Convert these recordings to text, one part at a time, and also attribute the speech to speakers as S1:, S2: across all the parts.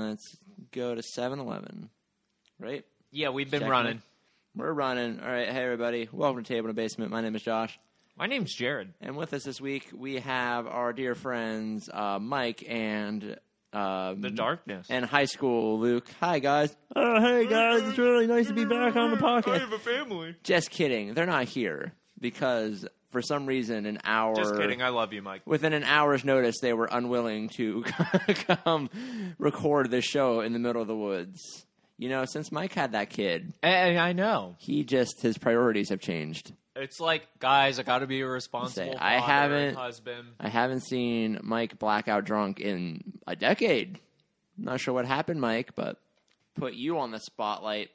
S1: Let's go to 7 Eleven, right?
S2: Yeah, we've been
S1: Checking
S2: running.
S1: it. We're running. All right. Hey, everybody. Welcome to Table in the Basement. My name is Josh.
S2: My name's Jared.
S1: And with us this week, we have our dear friends, uh, Mike and. Um,
S2: The darkness.
S1: And high school Luke. Hi, guys. Oh, hey, guys. It's really nice to be back on the podcast.
S2: a family.
S1: Just kidding. They're not here because for some reason an hour
S2: Just kidding. I love you, Mike.
S1: within an hour's notice they were unwilling to come record this show in the middle of the woods. You know, since Mike had that kid,
S2: And I know.
S1: he just his priorities have changed.
S2: It's like, guys, I got to be a responsible
S1: Say, I
S2: father and
S1: haven't-
S2: husband.
S1: I haven't seen Mike blackout drunk in a decade. Not sure what happened, Mike, but put you on the spotlight.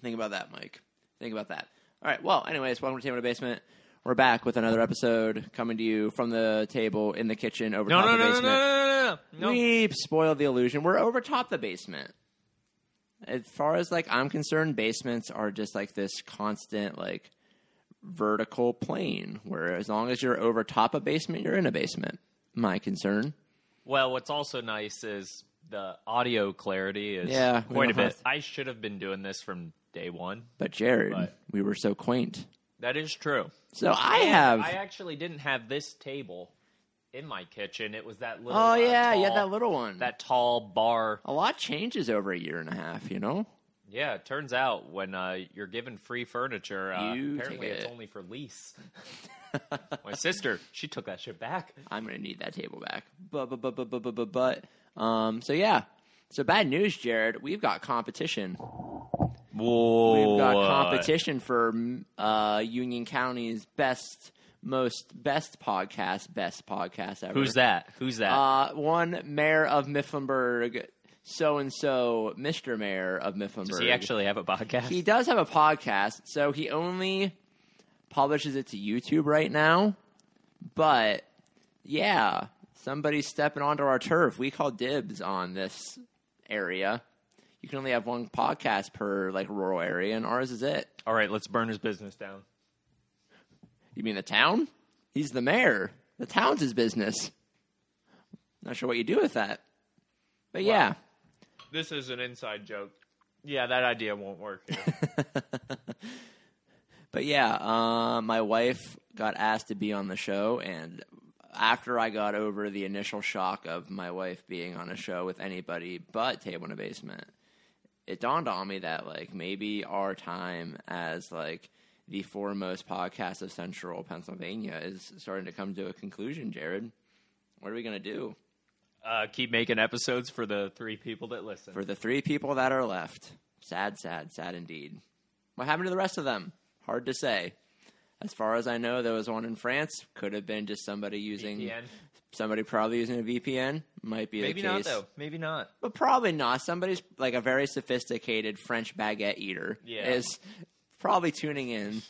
S1: Think about that, Mike. Think about that. All right. Well, anyways, welcome to Table in the Basement. We're back with another episode coming to you from the table in the kitchen over
S2: No,
S1: top
S2: no,
S1: the
S2: no, no, no,
S1: basement.
S2: no, no, no, no.
S1: We spoiled the illusion. We're over top the basement. As far as like I'm concerned, basements are just like this constant like vertical plane where as long as you're over top a basement, you're in a basement. My concern.
S2: Well, what's also nice is the audio clarity is
S1: Yeah, we
S2: quite a
S1: don't
S2: bit.
S1: have-
S2: I should have been doing this from day one.
S1: But Jared,
S2: Right.
S1: we were so quaint.
S2: That is true.
S1: So I have
S2: I actually didn't have this table in my kitchen. It was that little.
S1: Oh
S2: uh,
S1: yeah, you had
S2: tall-
S1: that little one.
S2: that tall bar.
S1: a lot changes over a year and a half, you know?
S2: Yeah, it turns out when uh, you're given free furniture, uh,
S1: You
S2: apparently
S1: take
S2: it's
S1: it.
S2: only for lease. My sister, she took that shit back.
S1: I'm gonna need that table back. But but but but but but but but um so yeah. So bad news, Jared. We've got competition.
S2: Whoa,
S1: We've got competition for m- uh, Union County's best, most best podcast, best podcast ever.
S2: Who's that? Who's that?
S1: Uh, one mayor of Mifflinburg, so and so, Mister Mayor of Mifflinburg.
S2: Does he actually have a podcast?
S1: He does have a podcast, so he only publishes it to YouTube right now. But yeah, somebody's stepping onto our turf. We call dibs on this area. You can only have one podcast per like rural area, and ours is it.
S2: All right, let's burn his business down.
S1: You mean the town? He's the mayor. The town's his business. Not sure what you do with that. But yeah.
S2: This is an inside joke. Yeah, that idea won't work. Here.
S1: But yeah, uh, my wife got asked to be on the show, and after I got over the initial shock of my wife being on a show with anybody but Table in a Basement, it dawned on me that like maybe our time as like the foremost podcast of Central Pennsylvania is starting to come to a conclusion. Jared, what are we gonna do
S2: uh, keep making episodes for the three people that listen.
S1: for the three people that are left? Sad, sad, sad indeed. What happened to the rest of them? Hard to say. As far as I know, there was one in France. Could have been just somebody using
S2: VPN.
S1: somebody probably using a VPN. Might be
S2: Maybe
S1: the
S2: not
S1: case,
S2: though. Maybe not.
S1: but probably not. Somebody's like a very sophisticated French baguette eater
S2: Yeah.
S1: is probably tuning in,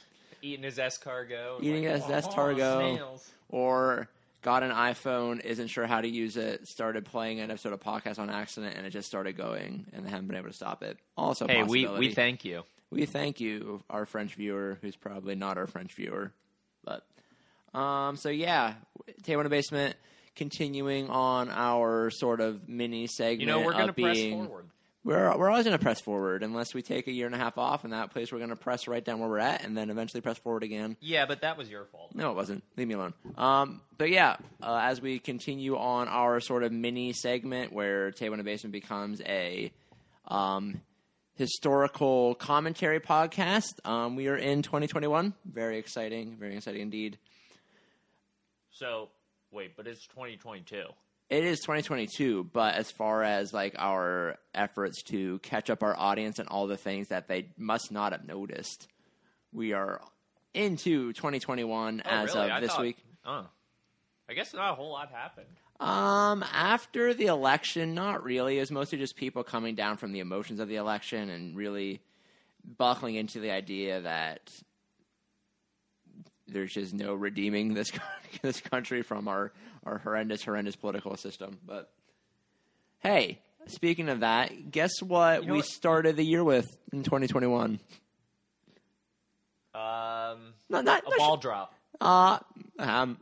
S2: Eating his escargot. and "Oh,
S1: Eating his escargot.
S2: snails.
S1: or got an iPhone, isn't sure how to use it, started playing an episode of podcast on accident, and it just started going, and they haven't been able to stop it. Also, a
S2: Hey, we
S1: possibility.
S2: we thank you.
S1: We thank you, our French viewer, who's probably not our French viewer, but um, so yeah, table in the basement, continuing on our sort of mini segment.
S2: You know we're
S1: going
S2: gonna
S1: to being,
S2: press forward.
S1: We're we're always going to press forward unless we take a year and a half off, and that place we're going to press right down where we're at, and then eventually press forward again.
S2: Yeah, but that was your fault.
S1: No, it wasn't. Leave me alone. Um, but yeah, uh, as we continue on our sort of mini segment where Table in the Basement becomes a um, historical commentary podcast, um, we are in 2021. Very exciting. Very exciting indeed.
S2: So wait, but it's 2022.
S1: It is 2022, but as far as like our efforts to catch up our audience and all the things that they must not have noticed, we are into 2021 as
S2: Oh, really?
S1: of
S2: I
S1: this
S2: thought-
S1: week.
S2: Oh, I guess not a whole lot happened.
S1: Um, after the election, not really. It was mostly just people coming down from the emotions of the election and really buckling into the idea that there's just no redeeming this this country from our our horrendous, horrendous political system. But hey, speaking of that, guess what
S2: You know
S1: we
S2: what-
S1: started the year with in 2021?
S2: Um,
S1: Not not,
S2: a
S1: not
S2: ball drop.
S1: uh, um,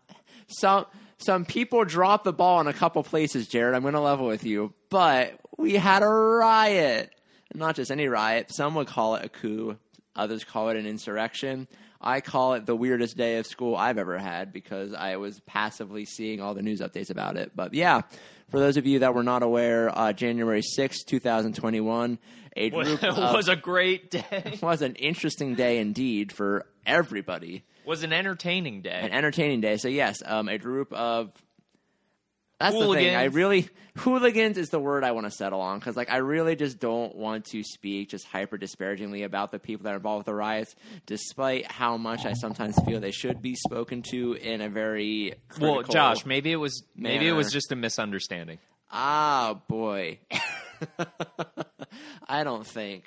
S1: some some people drop the ball in a couple places, Jared. I'm going to level with you, but We had a riot. Not just any riot. Some would call it a coup. Others call it an insurrection. I call it the weirdest day of school I've ever had because I was passively seeing all the news updates about it. But yeah, for those of you that were not aware, uh, January sixth, two 2021, a
S2: was,
S1: group of-
S2: was a great day.
S1: was an interesting day indeed for everybody
S2: Was an entertaining
S1: an
S2: day.
S1: entertaining day. So yes, um, a group of that's the thing.
S2: Hooligans.
S1: I really hooligans is the word I want to settle on because like I really just don't want to speak just hyper disparagingly about the people that are involved with the riots, despite how much I sometimes feel they should be spoken to in a very
S2: Well,
S1: critical-
S2: Josh, maybe it was maybe it was
S1: manner.
S2: just a misunderstanding.
S1: Ah, boy. I don't think.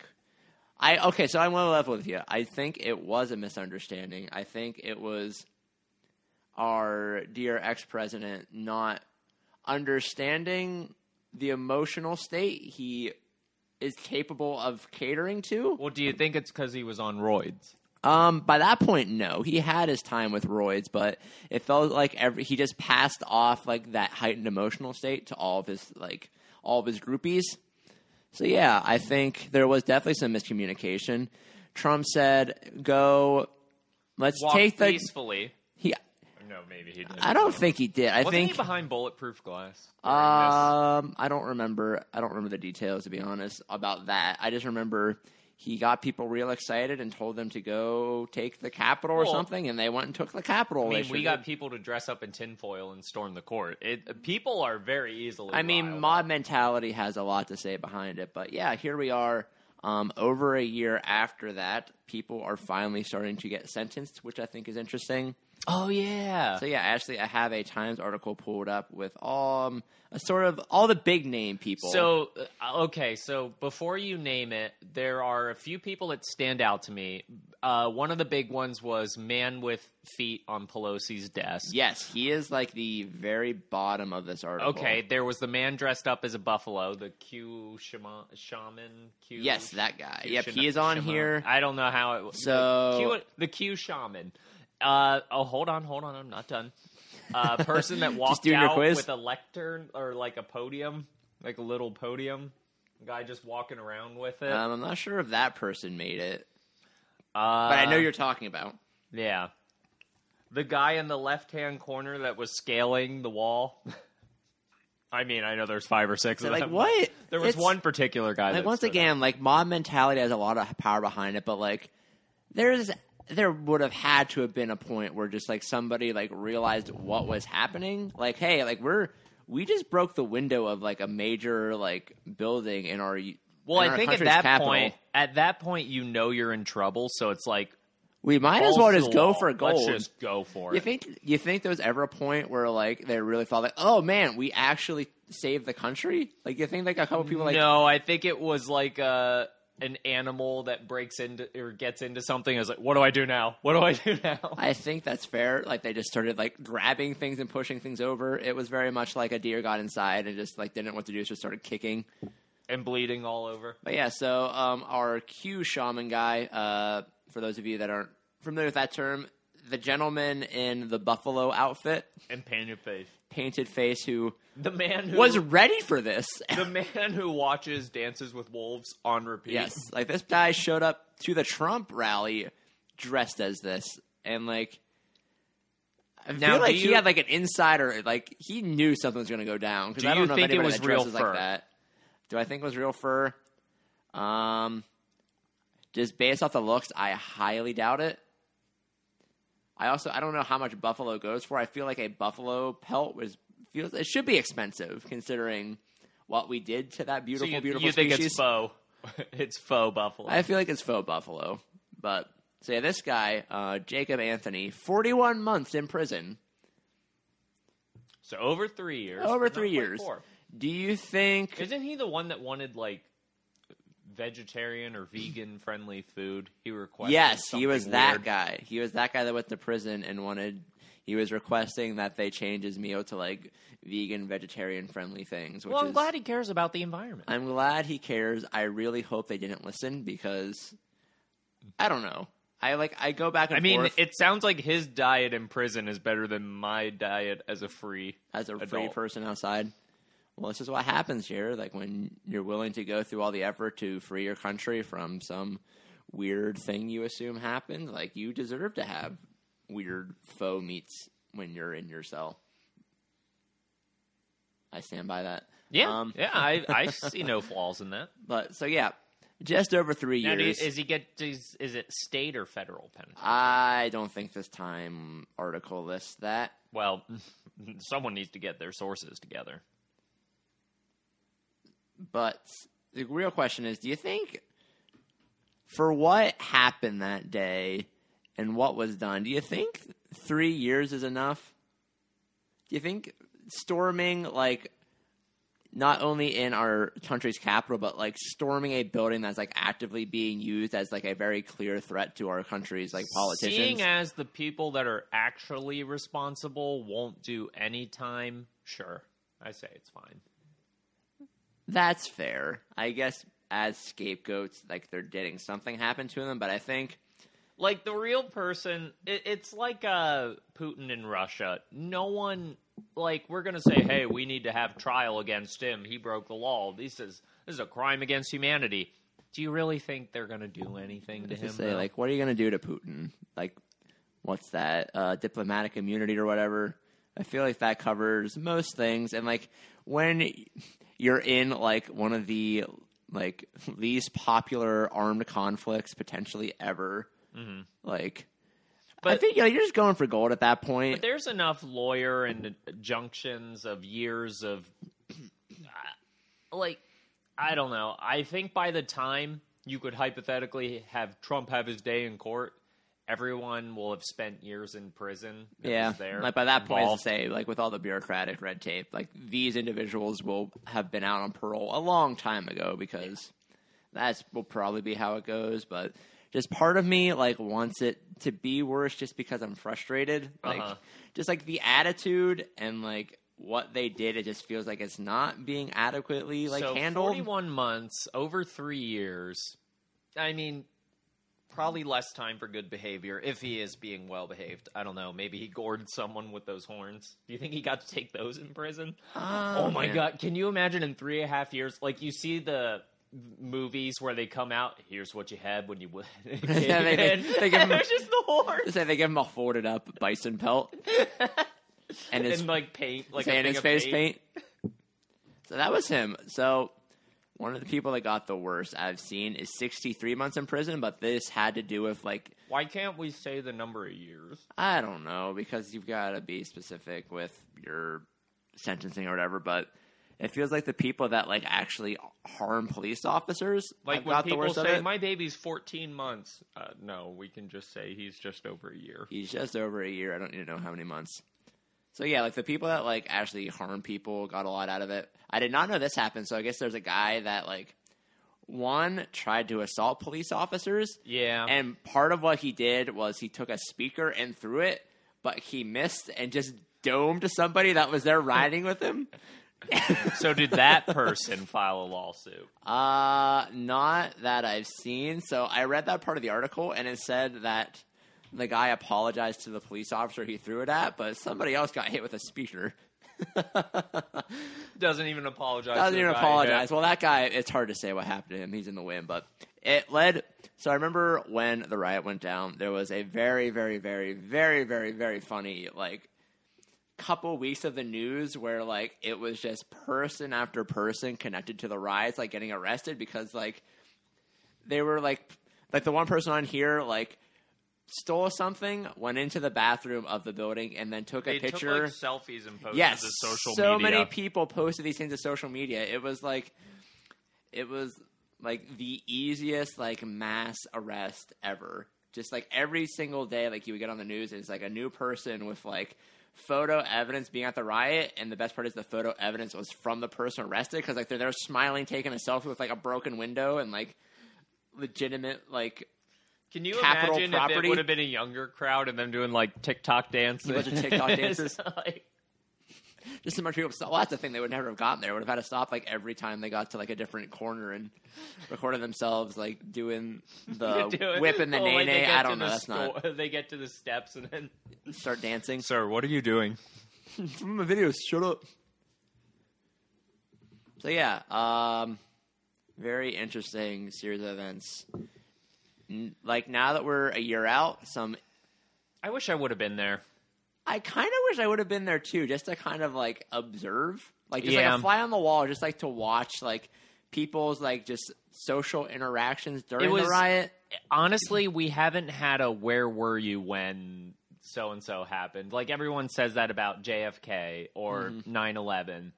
S1: I okay, so I'm on level with you. I think it was a misunderstanding. I think it was our dear ex president not understanding the emotional state he is capable of catering to.
S2: Well, do you think it's because he was on roids?
S1: Um, by that point, no, he had his time with roids, but it felt like every he just passed off like that heightened emotional state to all of his like all of his groupies. So yeah, I think there was definitely some miscommunication. Trump said, "Go, let's
S2: Walk
S1: take the."
S2: peacefully.
S1: He,
S2: No, maybe he didn't.
S1: I don't think he did. I
S2: Wasn't
S1: think
S2: he behind bulletproof glass? during this?
S1: Um, I don't remember. I don't remember the details to be honest about that. I just remember he got people real excited and told them to go take the Capitol or
S2: Well-
S1: something, and they went and took the Capitol.
S2: I
S1: They
S2: mean, we
S1: sure
S2: got
S1: did.
S2: people to dress up in tinfoil and storm the court. It, people are very easily.
S1: I mean,
S2: riled.
S1: mob mentality has a lot to say behind it, but yeah, here we are. Um, over a year after that, people are finally starting to get sentenced, which I think is interesting.
S2: Oh yeah.
S1: So yeah, actually, I have a Times article pulled up with um a sort of all the big name people.
S2: So uh, okay, so before you name it, there are a few people that stand out to me. Uh, one of the big ones was man with feet on Pelosi's desk.
S1: Yes, he is like the very bottom of this article.
S2: Okay, there was the man dressed up as a buffalo, the Q shaman, shaman Q.
S1: Yes, that guy.
S2: Q
S1: yep,
S2: shana-
S1: he is on
S2: shaman.
S1: here.
S2: I don't know how it. was.
S1: So-
S2: the Q, the Q shaman. Uh, oh, hold on, hold on. I'm not done. Uh, person that walked
S1: doing your
S2: out
S1: quiz?
S2: with a lectern or like a podium, like a little podium. Guy just walking around with it.
S1: Um, I'm not sure if that person made it,
S2: Uh,
S1: but I know you're talking about.
S2: Yeah. The guy in the left hand corner that was scaling the wall. I mean, I know there's five or six
S1: So,
S2: of
S1: like,
S2: them.
S1: what?
S2: There was
S1: It's-
S2: one particular guy.
S1: Like
S2: that
S1: once
S2: stood out.
S1: again, like mob mentality has a lot of power behind it, but like there's there would have had to have been a point where just like somebody like realized what was happening. Like, hey, like we're we just broke the window of like a major like building in our
S2: Well,
S1: in
S2: I
S1: our
S2: think at
S1: country's
S2: that
S1: capital.
S2: point, at that point, you know you're in trouble. So it's like,
S1: we might as
S2: balls
S1: well
S2: to
S1: just
S2: the
S1: go
S2: wall.
S1: for gold.
S2: Let's just go for
S1: You
S2: it.
S1: think you think there was ever a point where like they really thought like, oh man, we actually saved the country? Like you think like a couple people like
S2: no, I think it was like uh an animal that breaks into or gets into something. Is like, what do I do now? What do I do now?
S1: I think that's fair. Like they just started like grabbing things and pushing things over. It was very much like a deer got inside and just like didn't know what to do, so started kicking.
S2: and bleeding all over.
S1: But yeah, so um, our Q shaman guy, uh, for those of you that aren't familiar with that term, the gentleman in the buffalo outfit,
S2: And pan your face.
S1: painted face, who
S2: The man who
S1: was ready for this
S2: the man who watches Dances with Wolves on repeat.
S1: Yes, like this guy showed up to the Trump rally dressed as this, and like I
S2: Now,
S1: feel
S2: do
S1: like he
S2: you-
S1: had like an insider, like he knew something was going to go down. 'cause
S2: Do
S1: I don't
S2: you
S1: know
S2: think
S1: if
S2: it
S1: anybody
S2: was
S1: that
S2: real
S1: dresses like
S2: fur?
S1: that. Do I think it was real fur? Um, just based off the looks, I highly doubt it. I also I don't know how much buffalo goes for. I feel like a buffalo pelt was feels it should be expensive considering what we did to that
S2: So
S1: beautiful
S2: you,
S1: beautiful
S2: you think
S1: species.
S2: it's faux? it's faux buffalo.
S1: I feel like it's faux buffalo, but so yeah, this guy, uh, Jacob Anthony, forty-one months in prison,
S2: so over three years.
S1: over
S2: but
S1: three
S2: not quite
S1: years.
S2: four.
S1: Do you think?
S2: Isn't he the one that wanted like vegetarian or vegan friendly food? He requested.
S1: yes, he was
S2: something
S1: that
S2: weird.
S1: guy. He was that guy that went to prison and wanted. He was requesting that they change his meal to like vegan, vegetarian friendly things. Which
S2: Well, I'm
S1: is,
S2: glad he cares about the environment.
S1: I'm glad he cares. I really hope they didn't listen because I don't know. I like I go back and
S2: I mean,
S1: forth
S2: it sounds like his diet in prison is better than my diet as a free.
S1: as a free
S2: adult.
S1: person outside. Well, this is what happens here. Like when you're willing to go through all the effort to free your country from some weird thing you assume happened, like you deserve to have weird faux meets when you're in your cell. I stand by that.
S2: Yeah,
S1: Um,
S2: yeah. I, I see no flaws in that.
S1: But so yeah, just over three
S2: Now, do you-
S1: years.
S2: is he get? Is, is it state or federal penalty?
S1: I don't think this time article lists that.
S2: Well, someone needs to get their sources together.
S1: But the real question is, do you think for what happened that day and what was done, do you think three years is enough? Do you think storming like not only in our country's capital, but like storming a building that's like actively being used as like a very clear threat to our country's like politicians?
S2: Seeing as the people that are actually responsible won't do any time, sure. I say it's fine.
S1: That's fair. I guess as scapegoats, like they're getting something happen to them, but I think
S2: Like the real person, it, it's like uh, Putin in Russia. No one, like, we're gonna say, hey, we need to have trial against him. He broke the law. This is this is a crime against humanity. Do you really think they're gonna do anything
S1: to
S2: to him?
S1: say
S2: though?
S1: like, what are you gonna do to Putin? Like, what's that? Uh, diplomatic immunity or whatever. I feel like that covers most things, and like when you're in like one of the like least popular armed conflicts potentially ever, like. I
S2: Mm-hmm. But-
S1: think you know, you're just going for gold at that point.
S2: But there's enough lawyer and junctions of years of like I don't know. I think by the time you could hypothetically have Trump have his day in court, everyone will have spent years in prison. that
S1: yeah,
S2: was there
S1: like by that point,
S2: involved.
S1: as I say, like with all the bureaucratic red tape, like these individuals will have been out on parole a long time ago because that's will probably be how it goes. But just part of me like wants it to be worse, just because I'm frustrated. Like
S2: Uh-huh.
S1: just like the attitude and like what they did, it just feels like it's not being adequately like
S2: so
S1: handled.
S2: 41 months over three years. I mean, probably less time for good behavior if he is being well behaved. I don't know. Maybe he gored someone with those horns. Do you think he got to take those in prison? Oh my
S1: Ah, man.
S2: god! Can you imagine in three and a half years? Like you see the movies where they come out. Here's what you had when you went.
S1: Yeah, they- they- they give 'em-
S2: and there's just the horn
S1: Say they give him a folded up bison pelt and his
S2: and like paint, like a
S1: Say in
S2: thing
S1: his
S2: of
S1: face paint. So that was him. So one of the people that got the worst I've seen is 63 months in prison, but this had to do with like
S2: Why can't we say the number of years?
S1: I don't know because you've got to be specific with your sentencing or whatever, but it feels like the people that like actually harm police officers
S2: Like
S1: have
S2: when
S1: got the
S2: people
S1: worst of
S2: say
S1: it.
S2: my baby's 14 months, uh, no, we can just say he's just over a year.
S1: He's just over a year. I don't even know how many months. So yeah, like the people that like actually harm people got a lot out of it. I did not know this happened. So I guess there's a guy that like one tried to assault police officers,
S2: Yeah,
S1: and part of what he did was he took a speaker and threw it, but he missed and just domed somebody that was there riding with him.
S2: so did that person file a lawsuit?
S1: Uh, not that I've seen. So I read that part of the article, and it said that the guy apologized to the police officer he threw it at, but somebody else got hit with a speaker.
S2: Doesn't even apologize. to
S1: Doesn't
S2: the
S1: even
S2: guy
S1: apologize.
S2: who-
S1: Well, that guy, it's hard to say what happened to him. He's in the wind, but it led. So I remember when the riot went down, there was a very, very, very, very, very, very funny, like, couple weeks of the news where, like, it was just person after person connected to the riots, like, getting arrested because, like, they were, like, like the one person on here, like, stole something, went into the bathroom of the building, and then took
S2: They
S1: a
S2: took, like,
S1: picture
S2: selfies and posted
S1: yes,
S2: to social
S1: so
S2: media.
S1: many people posted these things to social media. It was like, it was like the easiest like mass arrest ever. Just like every single day, like you would get on the news, and it's like a new person with like photo evidence being at the riot. And the best part is the photo evidence was from the person arrested because like they're there smiling, taking a selfie with like a broken window and like legitimate like
S2: Can you
S1: capital
S2: imagine if
S1: property.
S2: it would have been a younger crowd and them doing like TikTok dances?
S1: bunch of TikTok dances.
S2: Like,
S1: just so much people. Well, that's the thing. They would never have gotten there. Would have had to stop like every time they got to like a different corner and recorded themselms like doing the
S2: doing-
S1: whip and the
S2: oh,
S1: nay
S2: like, they
S1: nay.
S2: get
S1: I
S2: to
S1: don't know.
S2: the
S1: That's not
S2: store- They get to the steps and then.
S1: start dancing.
S2: Sir, what are you doing?
S1: From the videos, shut up. So yeah, um, very interesting series of events. N- Like now that we're a year out, some
S2: I wish I would have been there.
S1: I kind of wish I would have been there too, just to kind of like observe, like just like
S2: Yeah.
S1: a fly on the wall, just like to watch like people's like just social interactions during
S2: was-
S1: the riot.
S2: honestly, we haven't had a where were you when so and so happened. Like everyone says that about JFK or
S1: Mm-hmm.
S2: 9 11,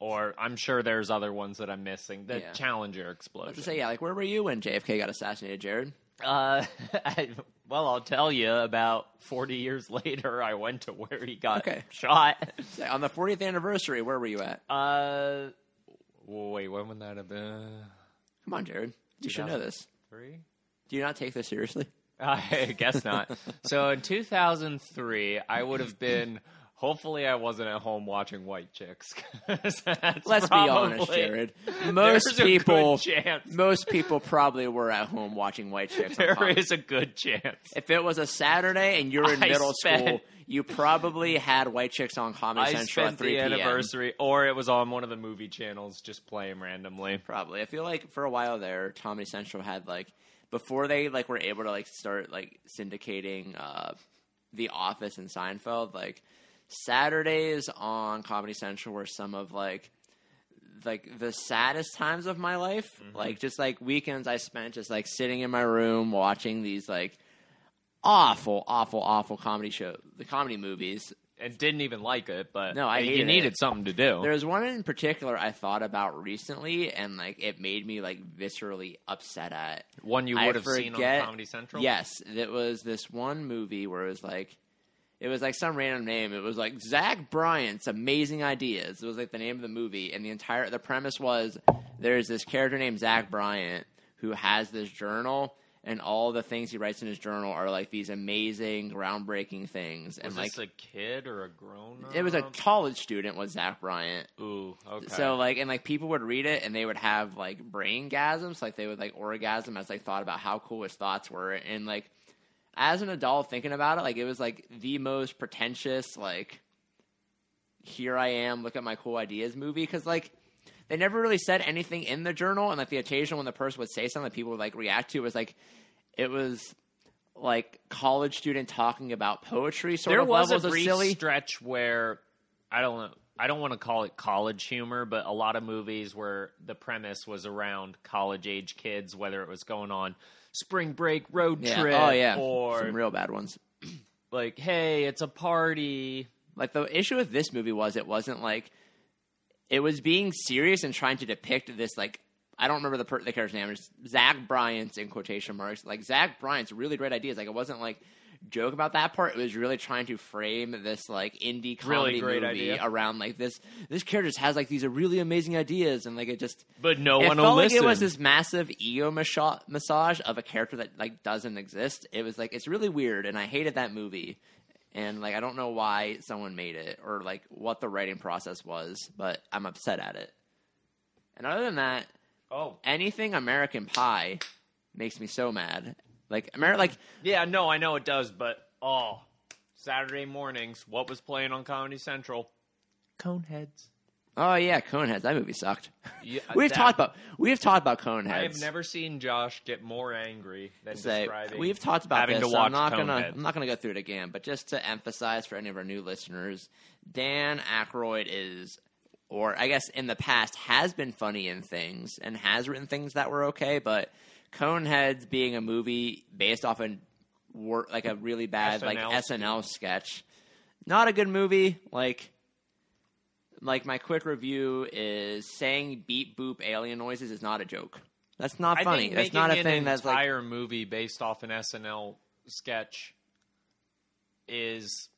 S2: or I'm sure there's other ones that I'm missing. The
S1: Yeah.
S2: Challenger
S1: To
S2: explosion.
S1: say yeah, like where were you when JFK got assassinated, Jared?
S2: uh, I, well, I'll tell you about 40 years later, I went to where he got
S1: Okay.
S2: shot.
S1: Say, on the 40th anniversary, where were you at?
S2: Uh, wait, when would that have been?
S1: Come on, Jared, you should know
S2: 2000.
S1: this.
S2: Three?
S1: Do you not take this seriously?
S2: I guess not. so in 2003, I would have been. Hopefully, I wasn't at home watching White Chicks. 'cause that's
S1: Let's be honest,
S2: probably-
S1: Jared.
S2: there's
S1: Most
S2: a good
S1: people,
S2: chance.
S1: most people probably were at home watching White Chicks. on
S2: There
S1: Fox.
S2: is a good chance.
S1: If it was a Saturday and you're in
S2: I
S1: middle school,
S2: spent-
S1: you probably had White Chicks on Comedy
S2: I
S1: Central
S2: spent
S1: at 3
S2: the
S1: p.m.
S2: anniversary, or it was on one of the movie channels, just playing randomly.
S1: Probably. I feel like for a while there, Comedy Central had like before they like were able to like start like syndicating uh, The Office and Seinfeld. Like Saturdays on Comedy Central were some of like like the saddest times of my life. Like just like weekends I spent just like sitting in my room watching these like awful, awful, awful comedy show, the comedy movies.
S2: And didn't even like it, but
S1: No, I
S2: you
S1: hated
S2: needed
S1: it.
S2: something to do.
S1: There was one in particular I thought about recently, and like it made me like viscerally upset at.
S2: one you
S1: I
S2: would have seen
S1: forget-
S2: on Comedy Central.
S1: Yes, it was this one movie where it was like, it was like some random name. It was like Zach Bryant's Amazing Ideas. It was like the name of the movie, and the entire the premise was there's this character named Zach Bryant who has this journal. And all the things he writes in his journal are like these amazing, groundbreaking things. And
S2: was
S1: like,
S2: this um, a kid or a grown?
S1: it was a college student was Zach Bryant,
S2: Ooh, okay.
S1: so like and like people would read it and they would have like brain gasms, like they would like orgasm as they thought about how cool his thoughts were and like as an adult thinking about it, like it was like the most pretentious like here I am, look at my cool ideas movie cuz like they never really said anything in the journal and like the occasion when the person would say something that people would like react to was like it was like college student talking about poetry sort
S2: there
S1: of
S2: was a
S1: levels of
S2: brief
S1: silly
S2: stretch where I don't know. I don't want to call it college humor, but a lot of movies where the premise was around college age kids, whether it was going on spring break road
S1: yeah.
S2: trip,
S1: Oh yeah.
S2: or
S1: Some real bad ones.
S2: like, hey, it's a party.
S1: Like the issue with this movie was it wasn't like it was being serious and trying to depict this like I don't remember the per- the character's name. It's Zach Bryant's in quotation marks. Like Zach Bryant's really great ideas. Like it wasn't like joke about that part. It was really trying to frame this like indie comedy
S2: Really great
S1: movie
S2: idea.
S1: around like this. This character just has like these really amazing ideas and like it just
S2: But no
S1: it
S2: one
S1: felt
S2: will
S1: like
S2: listen.
S1: it was this massive ego masha- massage of a character that like doesn't exist. It was like it's really weird, and I hated that movie. And like I don't know why someone made it or like what the writing process was, but I'm upset at it. And other than that,
S2: oh,
S1: anything American Pie makes me so mad. Like Amer- like
S2: yeah, no, I know it does, but oh, Saturday mornings, what was playing on Comedy Central? Coneheads.
S1: oh yeah, Coneheads. That movie sucked.
S2: Yeah,
S1: we've
S2: that-
S1: talked about we've talked about Coneheads.
S2: I have never seen Josh get more angry than
S1: say
S2: describing.
S1: we've talked about
S2: having
S1: this.
S2: to
S1: so I'm
S2: watch
S1: not gonna
S2: Coneheads.
S1: I'm not gonna go through it again, but just to emphasize for any of our new listeners, Dan Aykroyd is, or I guess in the past has been funny in things and has written things that were okay, but Coneheads being a movie based off a wor- like a really bad like
S2: SNL
S1: SNL sketch, not a good movie. Like like my quick review is saying beep boop alien noises is not a joke. That's not
S2: I
S1: funny.
S2: think
S1: That's not a
S2: making an
S1: thing that's like
S2: entire movie based off an SNL sketch is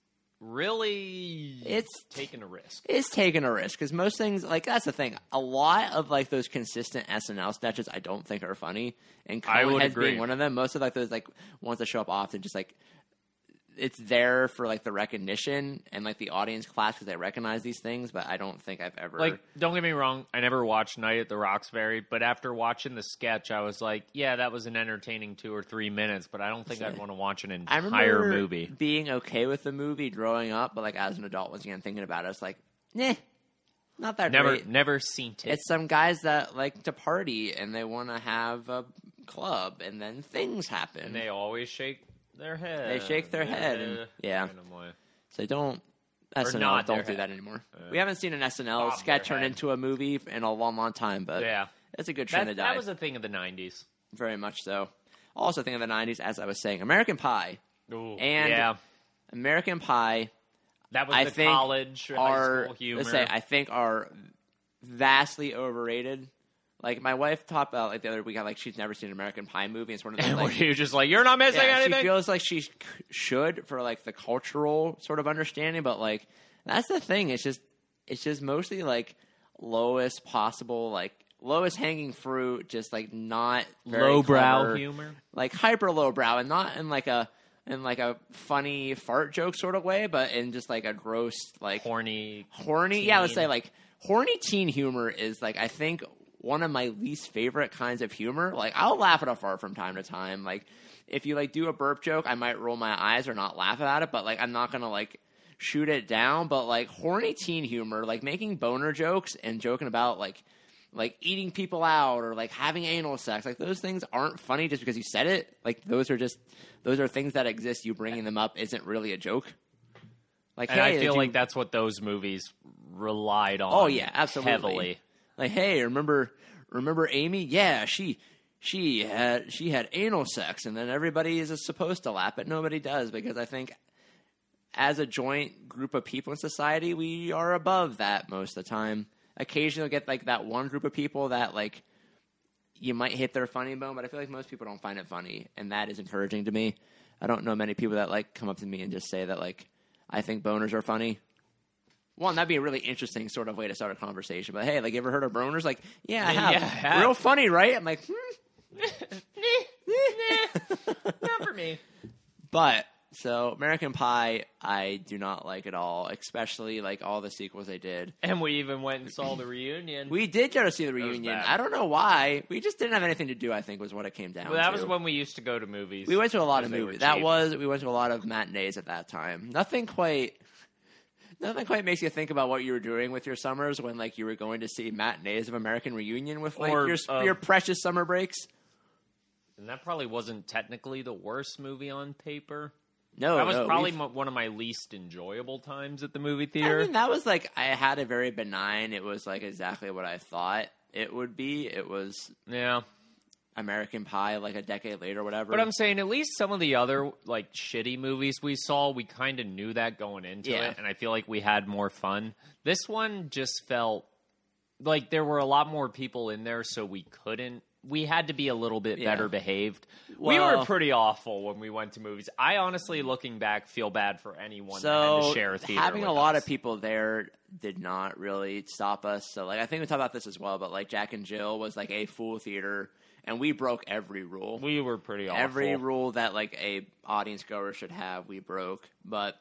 S2: really
S1: It's-
S2: taking a risk.
S1: is taking a risk because most things like that's the thing. A lot of like those consistent SNL sketches I don't think are funny, and
S2: I would
S1: Coneheads being
S2: agree.
S1: one of them. Most of like those like ones that show up often, just like it's there for like the recognition and like the audience class because they recognize these things. But I don't think I've ever
S2: Like, don't get me wrong, I never watched Night at the Roxbury, but after watching the sketch, I was like, yeah, that was an entertaining two or three minutes, but I don't think I'd want to watch an
S1: I
S2: entire
S1: remember
S2: movie.
S1: being okay with the movie growing up, but like as an adult, once again thinking about it, it's like, nah, Not that
S2: Never,
S1: great.
S2: never seen it.
S1: It's some guys that like to party and they want to have a club, and then things happen.
S2: and they always shake their head.
S1: They shake their head and- yeah.
S2: Random way.
S1: So don't SNL.
S2: nod
S1: Don't
S2: their
S1: do
S2: head.
S1: that anymore.
S2: Yeah.
S1: We haven't seen an SNL
S2: Bob
S1: sketch
S2: their
S1: turn
S2: head.
S1: into a movie in a long, long time. But
S2: Yeah.
S1: it's a good trend to
S2: That,
S1: die.
S2: that was a thing of the '90s.
S1: Very much so. Also, think of the '90s. As I was saying, American Pie.
S2: Ooh,
S1: And
S2: yeah,
S1: American Pie
S2: that was
S1: I
S2: the
S1: think
S2: college or high
S1: are
S2: school humor.
S1: let's say I think are vastly overrated. Like my wife talked about like the other week, how like she's never seen an American Pie movie. It's one of those
S2: and
S1: like,
S2: were you just like, you're not missing
S1: yeah, she
S2: anything?
S1: feels like she c- should for like the cultural sort of understanding, but like that's the thing. It's just it's just mostly like lowest possible, like lowest hanging fruit, just like not very
S2: Lowbrow
S1: clever,
S2: humor.
S1: like hyper lowbrow, and not in like a in like a funny fart joke sort of way, but in just like a gross like
S2: Horny.
S1: horny yeah let's
S2: teen.
S1: say like horny teen humor is like i think one of my least favorite kinds of humor like i'll laugh at a fart from time to time like if you like do a burp joke i might roll my eyes or not laugh at it but like i'm not gonna like shoot it down but like horny teen humor like making boner jokes and joking about like like eating people out or like having anal sex like those things aren't funny just because you said it like those are just those are things that exist you bringing them up isn't really a joke like
S2: And
S1: hey,
S2: I
S1: did
S2: feel
S1: you-
S2: like that's what those movies relied on.
S1: Oh yeah, absolutely.
S2: Heavily.
S1: Like, hey, remember remember Amy? Yeah, she she had she had anal sex, and then everybody is supposed to laugh, but nobody does because I think as a joint group of people in society, we are above that most of the time. Occasionally, you'll get like that one group of people that like you might hit their funny bone, but I feel like most people don't find it funny, and that is encouraging to me. I don't know many people that like come up to me and just say that like I think boners are funny. One, that'd be a really interesting sort of way to start a conversation. But hey, like, you ever heard of boners? Like, yeah, I
S2: Yeah,
S1: have.
S2: I have.
S1: Real funny, right? I'm like, hmm.
S2: Not for me.
S1: But so American Pie, I do not like at all, especially like all the sequels they did.
S2: And we even went and saw the reunion.
S1: We did go to see the
S2: was
S1: reunion.
S2: bad.
S1: I don't know why. We just didn't have anything to do. I think was what it came down.
S2: Well, that
S1: to.
S2: was when we used to go to movies.
S1: we went to a lot of
S2: 'cause they were
S1: movies. That
S2: cheap.
S1: was we went to a lot of matinees at that time. Nothing quite. Nothing quite makes you think about what you were doing with your summers when, like, you were going to see matinees of American Reunion with like
S2: Or,
S1: your
S2: uh,
S1: your precious summer breaks.
S2: and that probably wasn't technically the worst movie on paper.
S1: No,
S2: that was
S1: Oh, no,
S2: probably
S1: we've-
S2: mo- one of my least enjoyable times at the movie
S1: I
S2: theater.
S1: mean, that was like I had a very benign. It was like exactly what I thought it would be. It was
S2: yeah,
S1: American Pie, like a decade later, whatever.
S2: but I'm saying at least some of the other like shitty movies we saw, we kind of knew that going into
S1: Yeah.
S2: it, and I feel like we had more fun. This one just felt like there were a lot more people in there, so we couldn't. We had to be a little bit
S1: Yeah.
S2: better behaved. we were
S1: Well-
S2: pretty awful when we went to movies. I honestly, looking back, feel bad for anyone that had
S1: so
S2: to share a theater.
S1: having
S2: with
S1: a lot
S2: us.
S1: of people there did not really stop us. So like I think we talked about this as well, but like Jack and Jill was like a full theater, and we broke every rule.
S2: we were pretty awful.
S1: every rule that like a audience goer should have we broke but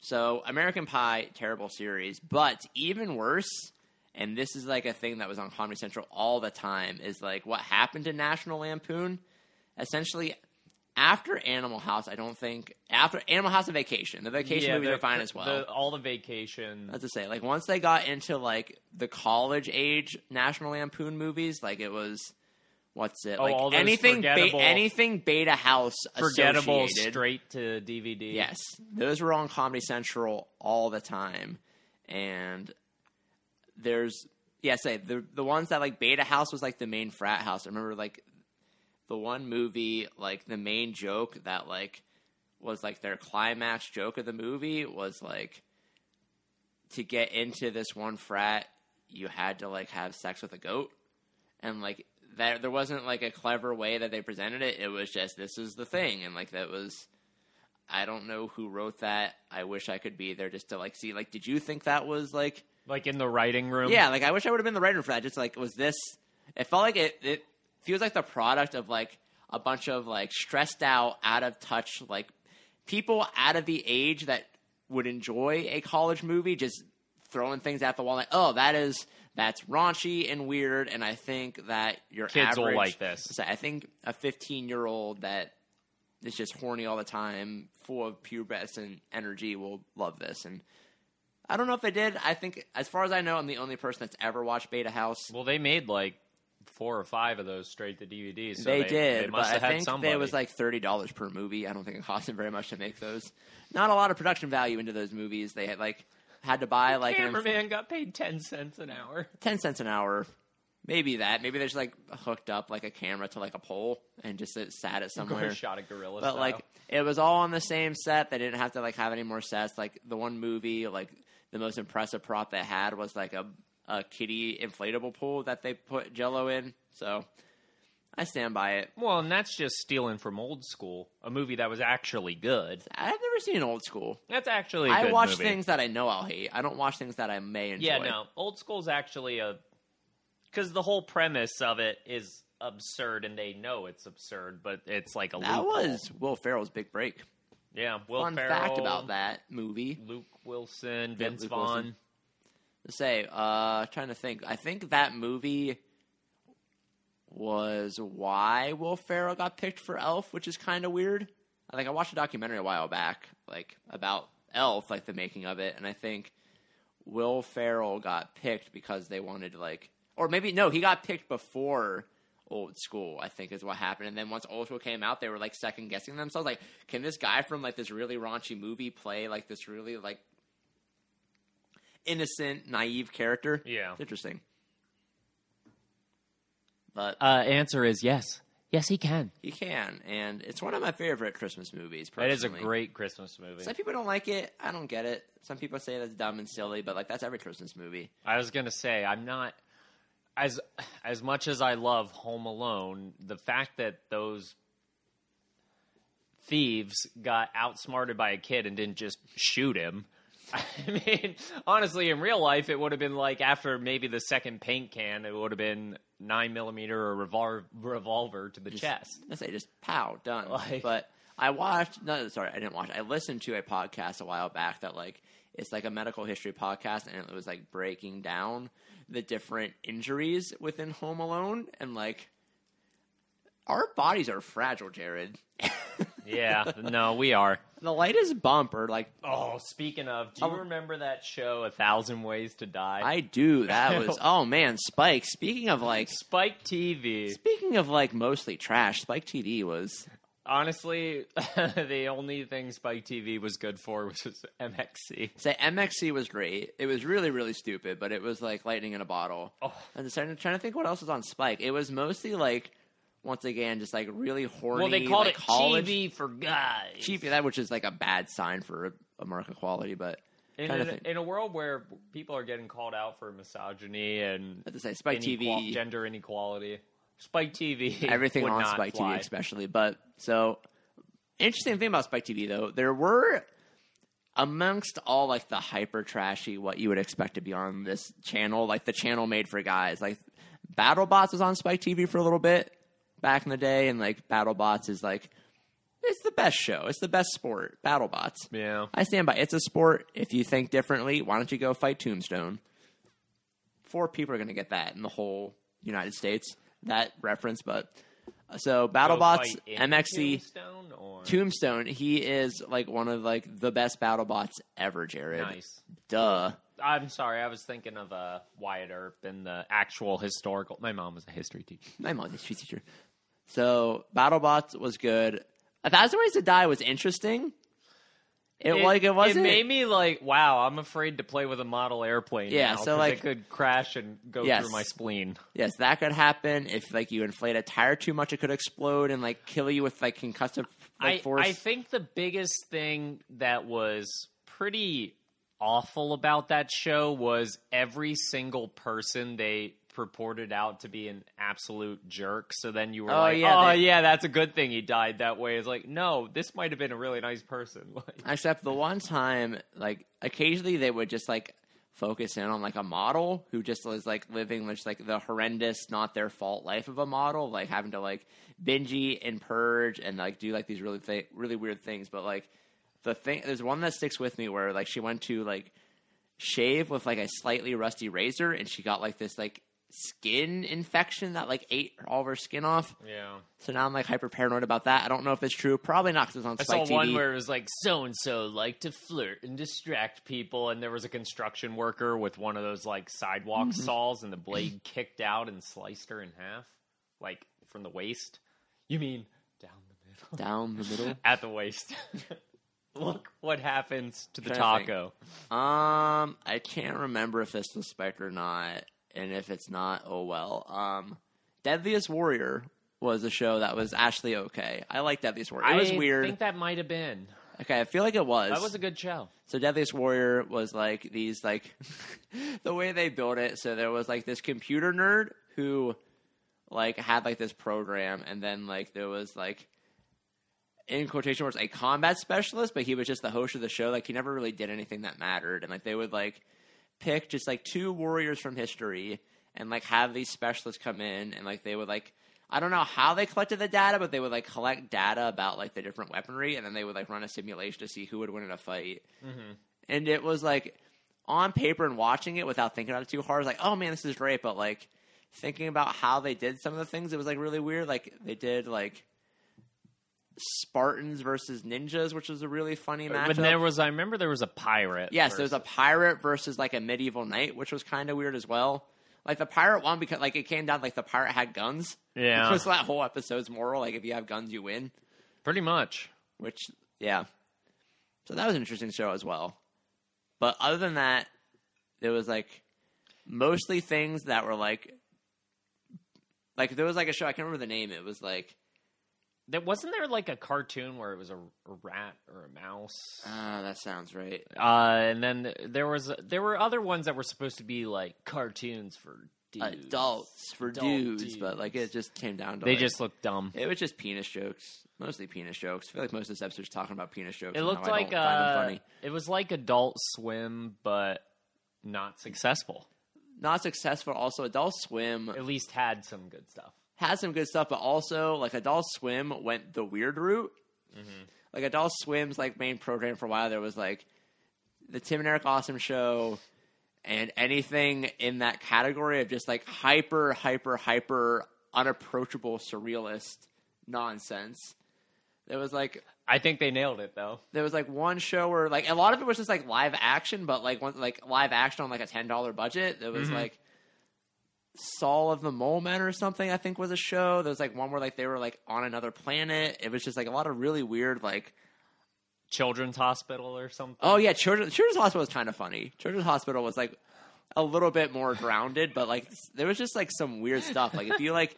S1: so american pie terrible series but even worse and this is like a thing that was on comedy central all the time is like what happened to national lampoon essentially after animal house i don't think after animal house and vacation the vacation movies
S2: the-
S1: are fine as
S2: the-
S1: well
S2: all the vacation.
S1: that's to say, like once they got into like the college age National Lampoon movies, like it was what's it
S2: Oh,
S1: like
S2: all those
S1: anything
S2: forgettable-
S1: anything Beta House
S2: forgettable
S1: associated.
S2: straight to DVD.
S1: Yes, those were on Comedy Central all the time, and there's yeah, say the the ones that like Beta House was like the main frat house. I remember like the one movie like the main joke that like was like their climax joke of the movie was like to get into this one frat you had to like have sex with a goat and like that there wasn't like a clever way that they presented it it was just this is the thing and like that was i don't know who wrote that i wish i could be there just to like see like did you think that was like
S2: like in the writing room.
S1: yeah, like I wish I would have been the writer for that. Just like was this? It felt like it. It feels like the product of like a bunch of like stressed out, out of touch, like people out of the age that would enjoy a college movie just throwing things at the wall. Like, oh, that is that's raunchy and weird, and I think that your
S2: Kids will
S1: average-
S2: like this.
S1: So I think a fifteen year old that is just horny all the time, full of pubescent energy, will love this and I don't know if I did. I think, as far as I know, I'm the only person that's ever watched Beta House.
S2: Well, they made like four or five of those straight to DVDs. So
S1: they,
S2: they
S1: did,
S2: They
S1: but
S2: must
S1: I
S2: have had
S1: think
S2: somebody.
S1: it was like thirty dollars per movie. I don't think it cost them very much to make those. Not a lot of production value into those movies. They had like had to buy like an
S2: cameraman got paid ten cents an hour.
S1: ten cents an hour, maybe that. Maybe they just like hooked up like a camera to like a pole and just it sat it somewhere.
S2: Shot a gorilla.
S1: But
S2: style.
S1: like it was all on the same set. They didn't have to like have any more sets. Like the one movie, like the most impressive prop they had was like a a kitty inflatable pool that they put Jello in. So I stand by it.
S2: well, and that's just stealing from old school, a movie that was actually good.
S1: I've never seen old school.
S2: That's actually I
S1: I watch things that I know I'll hate. I don't watch things that I may enjoy.
S2: Yeah, no, old school's actually a because the whole premise of it is absurd, and they know it's absurd, but it's like a
S1: That
S2: loophole.
S1: was Will Ferrell's big break.
S2: yeah. Will
S1: Fun
S2: Ferrell,
S1: fact about that movie.
S2: Luke Wilson, Vince
S1: Luke
S2: Vaughn.
S1: Wilson. to say. Uh, trying to think. I think that movie was why Will Ferrell got picked for Elf, which is kind of weird. I think I watched a documentary a while back, like about Elf, like the making of it, and I think Will Ferrell got picked because they wanted like, or maybe no, he got picked before. Old school, I think, is what happened. And then once old school came out, they were like second guessing themselves. Like, can this guy from like this really raunchy movie play like this really like innocent, naive character.
S2: Yeah.
S1: It's interesting. But
S2: Uh, answer is yes. Yes, he can.
S1: he can, and it's one of my favorite Christmas movies.
S2: That
S1: Personally.
S2: is a great Christmas movie.
S1: Some people don't like it. I don't get it. Some people say that's dumb and silly, but like that's every Christmas movie.
S2: I was gonna say I'm not as as much as I love Home Alone. The fact that those thieves got outsmarted by a kid and didn't just shoot him. I mean, honestly, in real life, it would have been like after maybe the second paint can, it would have been nine millimeter or revolver revolver to the chest.
S1: I say just pow done.
S2: Like-
S1: but I watched. No, sorry, I didn't watch. I listened to a podcast a while back that like it's like a medical history podcast, and it was like breaking down the different injuries within Home Alone, and like our bodies are fragile, Jared.
S2: Yeah, no, we are.
S1: The lightest bump or like
S2: Oh, speaking of, do you
S1: Oh.
S2: remember that show, A Thousand Ways to Die?
S1: I do. That was oh man, Spike. Speaking of like
S2: Spike TV.
S1: speaking of like mostly trash, Spike TV was
S2: Honestly, the only thing Spike TV was good for was just MXC.
S1: say MXC was great. It was really really stupid, but it was like lightning in a bottle.
S2: Oh,
S1: I'm just trying, trying to think what else was on Spike. It was mostly like, once again, just like really horny.
S2: well, they called
S1: like,
S2: it
S1: college
S2: TV for guys.
S1: cheap, that which is like a bad sign for American quality. But
S2: in,
S1: kinda
S2: in,
S1: thing.
S2: in a world where people are getting called out for misogyny and
S1: I have to say, Spike
S2: inequal-
S1: TV,
S2: gender inequality, Spike TV,
S1: everything
S2: would
S1: on
S2: not
S1: Spike
S2: fly.
S1: TV, especially. But so interesting thing about Spike TV though, there were amongst all like the hyper trashy what you would expect to be on this channel, like the channel made for guys, like BattleBots was on Spike TV for a little bit back in the day, and like BattleBots is like it's the best show, it's the best sport, BattleBots.
S2: Yeah,
S1: I stand by. It's a sport. If you think differently, why don't you go fight Tombstone? Four people are going to get that in the whole United States. That reference, but uh, so
S2: Go
S1: BattleBots,
S2: fight in
S1: MXC,
S2: Tombstone or
S1: Tombstone. He is like one of like the best BattleBots ever, Jared.
S2: nice.
S1: Duh.
S2: I'm sorry, I was thinking of uh, Wyatt Earp and the actual historical. My mom was a history teacher.
S1: My mom's a street teacher. So BattleBots was good. A Thousand Ways to Die was interesting. It, like it wasn't.
S2: made me like, wow, I'm afraid to play with a model airplane.
S1: Yeah,
S2: now,
S1: so,
S2: 'cause
S1: like-
S2: it could crash and go
S1: Yes.
S2: through my spleen.
S1: Yes, that could happen. If like you inflate a tire too much, it could explode and like kill you with like concussive like,
S2: I
S1: force.
S2: I think the biggest thing that was pretty awful about that show was every single person they purported out to be an absolute jerk. So then you were
S1: Oh,
S2: like,
S1: yeah,
S2: oh
S1: they-
S2: yeah, that's a good thing he died that way. It's like, no, this might have been a really nice person. Like,
S1: Except the one time, like occasionally they would just like focus in on like a model who just was like living just like the horrendous, not their fault life of a model, like having to like binge eat and purge and like do like these really th- really weird things. But like the thing, there's one that sticks with me where like she went to like shave with like a slightly rusty razor and she got like this like skin infection that like ate all of her skin off.
S2: Yeah.
S1: So now I'm like hyper paranoid about that. I don't know if it's true. Probably not because it's on
S2: I
S1: Spike
S2: saw one
S1: TV.
S2: where it was like so and so like to flirt and distract people, and there was a construction worker with one of those like sidewalk
S1: Mm-hmm.
S2: saws, and the blade kicked out and sliced her in half, like from the waist. You mean down the middle?
S1: Down the middle.
S2: At the waist. Look what happens to the
S1: Trying to
S2: taco.
S1: Um, I can't remember if this was Spike or not, and if it's not, oh well. Um, Deadliest Warrior was a show that was actually okay. I liked Deadliest Warrior. It was
S2: I
S1: weird.
S2: think that might have been.
S1: okay, I feel like it was.
S2: That was a good show.
S1: So Deadliest Warrior was like these like the way they built it. So there was like this computer nerd who like had like this program, and then like there was like in quotation marks a combat specialist, but he was just the host of the show. Like he never really did anything that mattered, and like they would like pick just like two warriors from history and like have these specialists come in and like they would like I don't know how they collected the data, but they would like collect data about like the different weaponry and then they would like run a simulation to see who would win in a fight. And it was like on paper and watching it without thinking about it too hard, I was like, oh man, this is great. But like thinking about how they did some of the things, it was like really weird. Like they did like Spartans versus ninjas, which was a really funny matchup.
S2: But there was, I remember there was a pirate.
S1: Yes, there
S2: versus-
S1: was a pirate versus like a medieval knight, which was kind of weird as well. Like the pirate won because like it came down like the pirate had guns.
S2: Yeah.
S1: which was that whole episode's moral. Like if you have guns, you win.
S2: Pretty much.
S1: Which yeah, so that was an interesting show as well. But other than that, there was like mostly things that were like like there was like a show I can't remember the name. It was like
S2: There, wasn't there like a cartoon where it was a, a rat or a mouse?
S1: ah, that sounds right.
S2: Uh, and then there was there were other ones that were supposed to be like cartoons for dudes.
S1: Adults for
S2: Adult
S1: dudes, but
S2: dudes.
S1: like it just came down to
S2: They
S1: like,
S2: just looked dumb.
S1: It was just penis jokes, mostly penis jokes. I feel like most of this episode's talking about penis jokes.
S2: It
S1: and
S2: looked
S1: how I
S2: like
S1: don't find them
S2: uh,
S1: funny.
S2: it was like Adult Swim, but not successful.
S1: not successful. Also, Adult Swim
S2: At least had some good stuff.
S1: has some good stuff, but also like Adult Swim went the weird route.
S2: Mm-hmm.
S1: Like Adult Swim's like main program for a while there was like the Tim and Eric Awesome Show and anything in that category of just like hyper, hyper, hyper unapproachable surrealist nonsense. There was like
S2: I think they nailed it though.
S1: there was like one show where like a lot of it was just like live action, but like one like live action on like a ten dollar budget. There
S2: Mm-hmm.
S1: was like Saul of the Mole Men or something. I think was a show. There was like one where like they were like on another planet. It was just like a lot of really weird like
S2: Children's Hospital or something.
S1: oh yeah, Children's, Children's Hospital was kind of funny. Children's Hospital was like a little bit more grounded, but like there was just like some weird stuff. Like if you like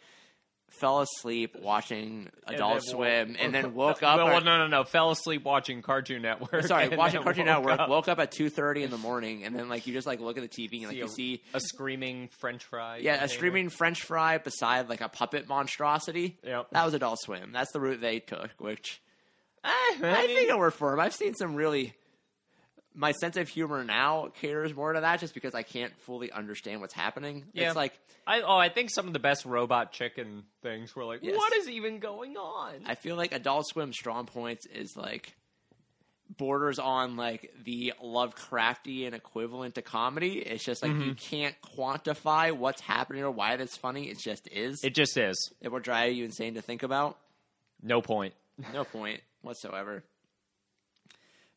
S1: fell asleep watching Adult
S2: then woke-
S1: Swim and then woke up.
S2: well,
S1: or-
S2: well, no, no, no. Fell asleep watching Cartoon Network.
S1: Sorry,
S2: and
S1: watching
S2: then
S1: Cartoon
S2: woke
S1: Network.
S2: up.
S1: Woke up at two thirty in the morning, and then like you just like look at the TV and like
S2: See
S1: you
S2: a-
S1: see
S2: a screaming French fry.
S1: yeah
S2: container.
S1: a screaming French fry beside like a puppet monstrosity.
S2: Yep.
S1: That was Adult Swim. That's the route they took, which
S2: I,
S1: I think it worked for them. I've seen some really. My sense of humor now caters more to that, just because I can't fully understand what's happening.
S2: Yeah.
S1: It's like
S2: I oh, I think some of the best robot chicken things were like,
S1: Yes.
S2: what is even going on?
S1: I feel like Adult Swim strong points is like borders on like the Lovecraftian equivalent to comedy. It's just like you can't quantify what's happening or why that's funny. It just is. It,
S2: it just is
S1: will drive you insane to think about.
S2: no point.
S1: No point whatsoever.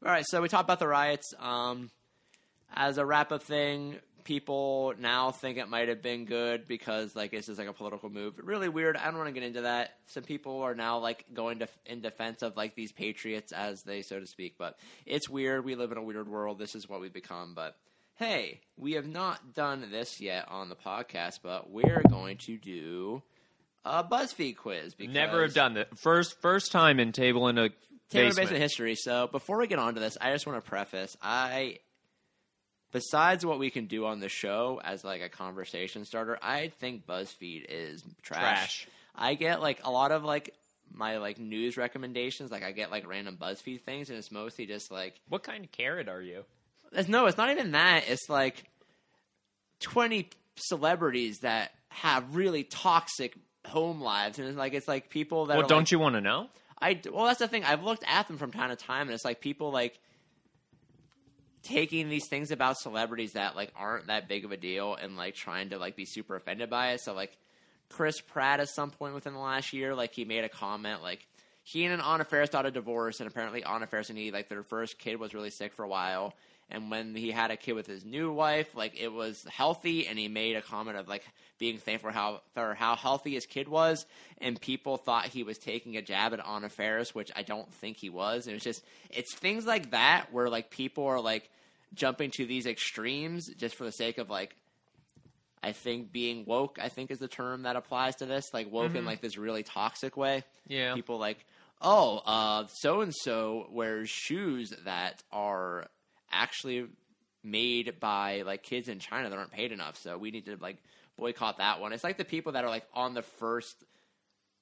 S1: All right, so we talked about the riots. Um, as a wrap up thing, people now think it might have been good because like it's just like a political move. Really weird. I don't want to get into that. Some people are now like going to in defense of like these patriots as they so to speak, but it's weird. We live in a weird world. This is what we've become, but hey, we have not done this yet on the podcast, but we're going to do a BuzzFeed quiz because
S2: Never have done that. First first time in table in a
S1: Taylor
S2: basement.
S1: Basement history. So before we get on to this, I just want to preface I besides what we can do on the show as like a conversation starter, I think BuzzFeed is trash.
S2: Trash.
S1: I get like a lot of like my like news recommendations, like I get like random BuzzFeed things and it's mostly just like
S2: What kind of carrot are you?
S1: it's, no, it's not even that. It's like 20 celebrities that have really toxic home lives and it's like it's like people that
S2: Well,
S1: are,
S2: don't
S1: like,
S2: you want to know?
S1: I well, that's the thing. I've looked at them from time to time, and it's like people like taking these things about celebrities that like aren't that big of a deal and like trying to like be super offended by it. So like Chris Pratt at some point within the last year, like he made a comment like he and Anna Faris got a divorce, and apparently Anna Faris and he like their first kid was really sick for a while. And when he had a kid with his new wife, like it was healthy, and he made a comment of like being thankful how for how healthy his kid was, and people thought he was taking a jab at Anna Faris, which I don't think he was. And it's just it's things like that where like people are like jumping to these extremes just for the sake of like I think being woke, I think is the term that applies to this, like woke in like this really toxic way.
S2: Mm-hmm. Yeah.
S1: People like, oh, uh, so and so wears shoes that are actually made by like kids in China that aren't paid enough, so we need to like boycott that one. It's like the people that are like on the first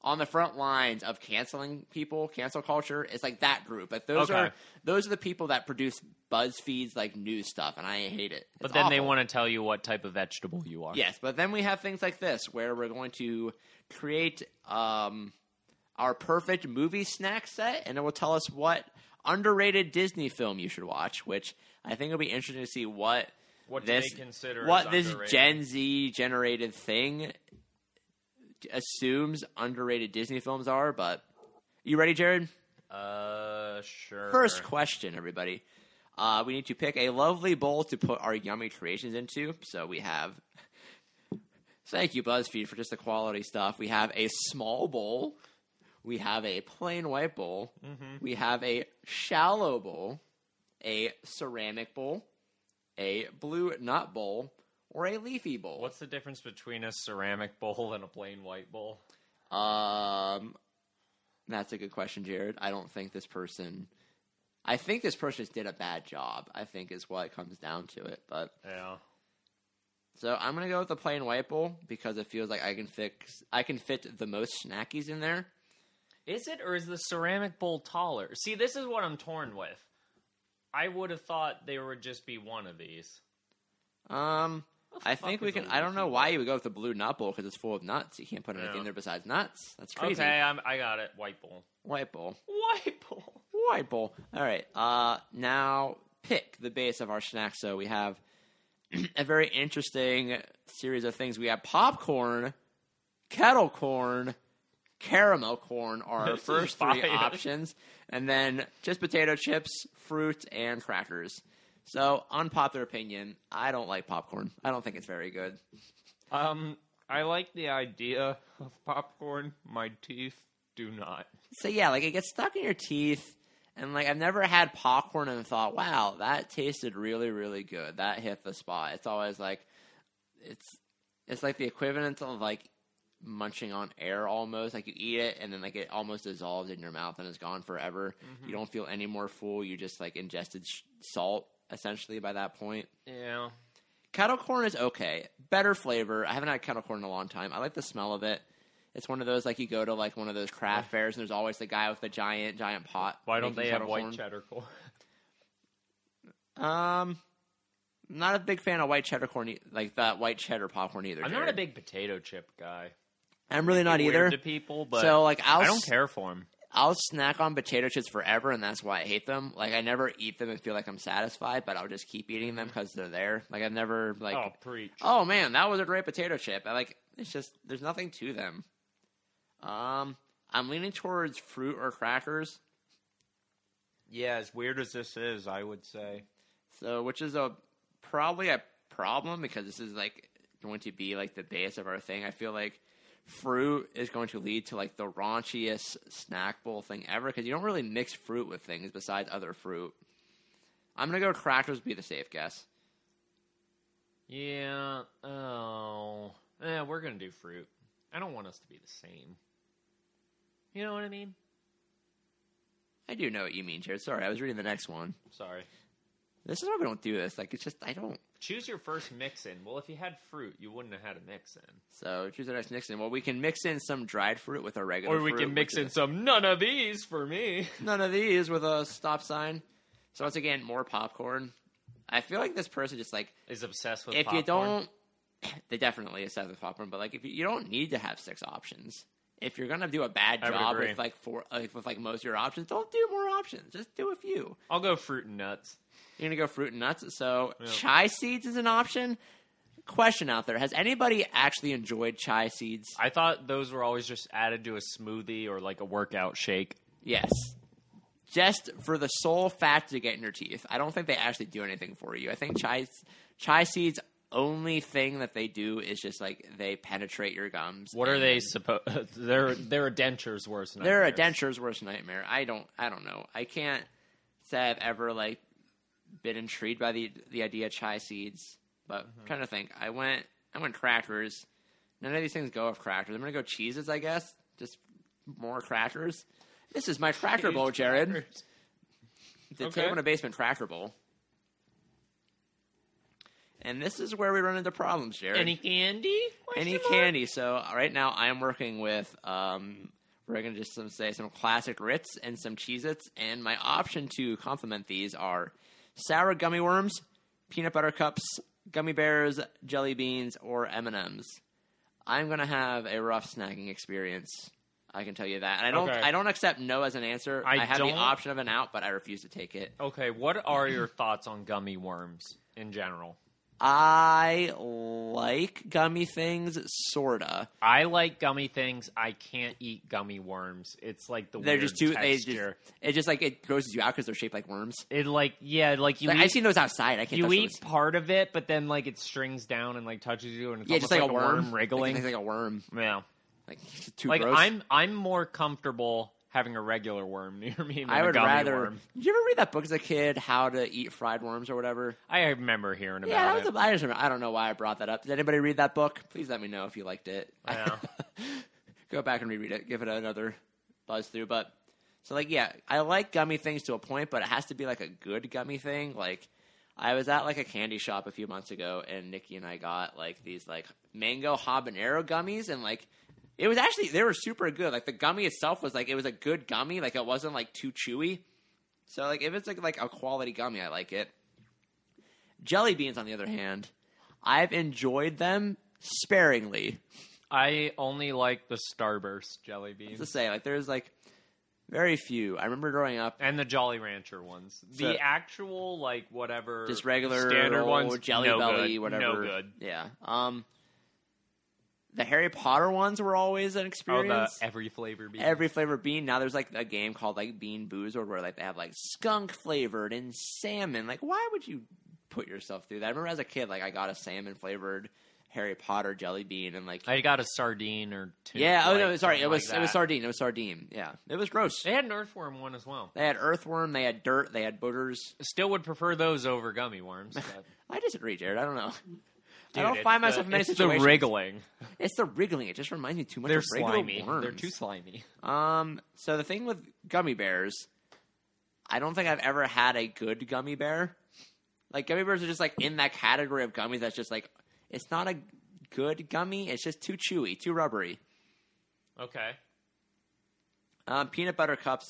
S1: on the front lines of canceling people, cancel culture. It's like that group. Like those
S2: Okay.
S1: are those are the people that produce BuzzFeed's like news stuff, and I hate it. It's
S2: But then they
S1: awful.
S2: want to tell you what type of vegetable you are.
S1: Yes, but then we have things like this where we're going to create um, our perfect movie snack set, and it will tell us what underrated Disney film you should watch. Which I think will be interesting to see what
S2: What
S1: this
S2: they consider
S1: what
S2: as
S1: this
S2: underrated.
S1: Gen Z generated thing assumes underrated Disney films are. But you ready, Jared?
S2: Uh, sure.
S1: First question, everybody. Uh, we need to pick a lovely bowl to put our yummy creations into. So we have. Thank you, BuzzFeed, for just the quality stuff. We have a small bowl. We have a plain white bowl.
S2: Mm-hmm.
S1: We have a shallow bowl, a ceramic bowl, a blue nut bowl, or a leafy bowl.
S2: What's the difference between a ceramic bowl and a plain white bowl?
S1: Um, that's a good question, Jared. I don't think this person. I think this person just did a bad job. I think is what comes down to it. But
S2: Yeah.
S1: so I'm gonna go with the plain white bowl because it feels like I can fix. I can fit the most snackies in there.
S2: Is it or is the ceramic bowl taller? See, this is what I'm torn with. I would have thought there would just be one of these.
S1: Um, I
S2: fuck
S1: think we
S2: is a
S1: can. I don't know
S2: leafy
S1: why you would go with the blue nut bowl because it's full of nuts. You can't put anything
S2: Yeah.
S1: there besides nuts. That's crazy.
S2: Okay, I'm, I got it. White bowl.
S1: White bowl.
S2: White bowl.
S1: White bowl. All right. Uh, now pick the base of our snack. So we have a very interesting series of things. We have popcorn, kettle corn, caramel corn are our
S2: This is
S1: first three
S2: fire.
S1: options, and then just potato chips, fruit, and crackers. So, unpopular opinion, I don't like popcorn. I don't think it's very good.
S2: Um, I like the idea of popcorn. My teeth do not.
S1: So yeah, like it gets stuck in your teeth, and like I've never had popcorn and thought, wow, that tasted really, really good. That hit the spot. It's always like, it's it's like the equivalent of like munching on air almost. Like you eat it and then like it almost dissolves in your mouth and is gone forever. You don't feel any more full. You just like ingested sh- salt essentially by that point.
S2: Yeah.
S1: Kettle corn is okay. Better flavor. I haven't had kettle corn in a long time. I like the smell of it. It's one of those like you go to like one of those craft fairs and there's always the guy with the giant giant pot.
S2: Why don't
S1: making
S2: they have
S1: kettle
S2: white
S1: corn.
S2: cheddar corn?
S1: Um, not a big fan of white cheddar corn, e- like that white cheddar popcorn either.
S2: I'm
S1: Jared.
S2: not a big potato chip guy.
S1: I'm really not
S2: Weird
S1: either.
S2: to people, but
S1: so like I'll
S2: I don't
S1: s-
S2: care for them.
S1: I'll snack on potato chips forever, and that's why I hate them. Like I never eat them and feel like I'm satisfied, but I'll just keep eating them because they're there. Like I've never like
S2: Mm-hmm. oh, preach.
S1: Oh man, that was a great potato chip. I like it's just there's nothing to them. Um I'm leaning towards fruit or crackers.
S2: Yeah, as weird as this is, I would say.
S1: So which is a probably a problem because this is like going to be like the base of our thing. I feel like fruit is going to lead to like the raunchiest snack bowl thing ever because you don't really mix fruit with things besides other fruit. I'm gonna go crackers be the safe guess.
S2: Yeah. Oh. Yeah, we're gonna do fruit. I don't want us to be the same. You know what I mean?
S1: I do know what you mean, Jared. Sorry, I was reading the next one.
S2: Sorry.
S1: This is why we don't do this. Like it's just I don't
S2: Choose your first mix in. Well, if you had fruit, you wouldn't have had a mix in.
S1: So choose the next mix in. Well, we can mix in some dried fruit with our regular,
S2: Or we
S1: fruit,
S2: can mix
S1: which
S2: in
S1: is
S2: some none of these for me.
S1: none of these with a stop sign. So once again, more popcorn. I feel like this person just like
S2: Is obsessed with
S1: if you
S2: popcorn.
S1: don't, they definitely is set with popcorn. But like if you, you don't need to have six options, if you're gonna do a bad
S2: I would
S1: job
S2: agree.
S1: with like four like, with like most of your options, don't do more options. Just do a few.
S2: I'll go fruit and nuts.
S1: You're gonna go fruit and nuts. So
S2: Yeah.
S1: chai seeds is an option. Question out there: Has anybody actually enjoyed chai seeds?
S2: I thought those were always just added to a smoothie or like a workout shake.
S1: Yes. Just for the sole fact to get in your teeth. I don't think they actually do anything for you. I think chai chai seeds only thing that they do is just like they penetrate your gums.
S2: What are they
S1: and-
S2: supposed? they're they're a denture's worse. Than
S1: They're a denture's worst nightmare. I don't I don't know. I can't say I've ever like been intrigued by the the idea of chai seeds, but
S2: Mm-hmm.
S1: I'm trying to think. I went I went crackers. None of these things go with crackers. I'm gonna go cheeses, I guess. Just more crackers. This is my cracker bowl, Jared. The
S2: Okay.
S1: table in a basement cracker bowl. And this is where we run into problems, Jared
S2: Any candy? Question
S1: any
S2: mark?
S1: candy. So uh, right now I'm working with um we're gonna just some, say some classic Ritz and some Cheez-Its, and my option to complement these are sour gummy worms, peanut butter cups, gummy bears, jelly beans, or M and M's. I'm gonna have a rough snacking experience. I can tell you that. And I don't
S2: Okay.
S1: I don't accept no as an answer.
S2: I
S1: I, have
S2: don't-
S1: the option of an out, but I refuse to take it.
S2: Okay, what are your thoughts on gummy worms in general?
S1: I like gummy things, sorta.
S2: I like gummy things. I can't eat gummy worms. It's like the
S1: They're
S2: weird
S1: just too. It's just,
S2: texture.
S1: it just like it grosses you out because they're shaped like worms.
S2: It like yeah, like you
S1: Like,
S2: eat,
S1: I've seen those outside. I can't.
S2: you
S1: touch
S2: eat
S1: those.
S2: part of it, but then like it strings down and like touches you, and it's
S1: Yeah,
S2: almost
S1: just like, a worm,
S2: wriggling.
S1: Like, it's like a worm.
S2: yeah,
S1: Like it's too
S2: like
S1: gross.
S2: I'm I'm more comfortable having a regular worm near me than
S1: I
S2: a
S1: would
S2: gummy
S1: rather.
S2: worm.
S1: Did you ever read that book as a kid, How to Eat Fried Worms or whatever?
S2: I remember hearing about
S1: Yeah, that
S2: it.
S1: was a, I just remember, I don't know why I brought that up. Did anybody read that book? Please let me know if you liked it.
S2: Yeah.
S1: Go back and reread it. Give it another buzz through. But so like yeah, I like gummy things to a point, but it has to be like a good gummy thing. Like I was at like a candy shop a few months ago, and Nikki and I got like these like mango habanero gummies, and like it was actually they were super good. Like the gummy itself was like it was a good gummy, like it wasn't like too chewy. So like if it's like like a quality gummy, I like it. Jelly beans, on the other hand, I've enjoyed them sparingly.
S2: I only like the Starburst jelly beans.
S1: To say like there's like very few. I remember growing up
S2: And the Jolly Rancher ones. The
S1: So-
S2: actual, like, whatever.
S1: just regular
S2: standard
S1: old
S2: ones.
S1: jelly
S2: no
S1: belly,
S2: good,
S1: whatever.
S2: No good.
S1: Yeah. Um, the Harry Potter ones were always an
S2: Oh,
S1: experience.
S2: the every flavor bean.
S1: every flavor bean. Now there's like a game called like Bean Boozled where like they have like skunk flavored and salmon. Like why would you put yourself through that? I remember as a kid like I got a salmon flavored Harry Potter jelly bean and like
S2: I got a sardine or two.
S1: yeah oh
S2: like,
S1: no sorry it
S2: something
S1: was
S2: like
S1: it was
S2: that.
S1: sardine it was sardine yeah it was gross.
S2: They had an earthworm one as well.
S1: They had earthworm they had dirt they had boogers.
S2: Still would prefer those over gummy worms. but-
S1: I disagree, Jared. I don't know.
S2: Dude,
S1: I don't
S2: it's
S1: find
S2: the-
S1: myself in many
S2: it's
S1: situations.
S2: the wriggling.
S1: It's the wriggling. It just reminds me too much
S2: They're
S1: of regular
S2: slimy.
S1: worms.
S2: They're too slimy.
S1: Um, so the thing with gummy bears, I don't think I've ever had a good gummy bear. Like gummy bears are just like in that category of gummies that's just like it's not a good gummy. It's just too chewy, too rubbery.
S2: Okay.
S1: Um, peanut butter cups,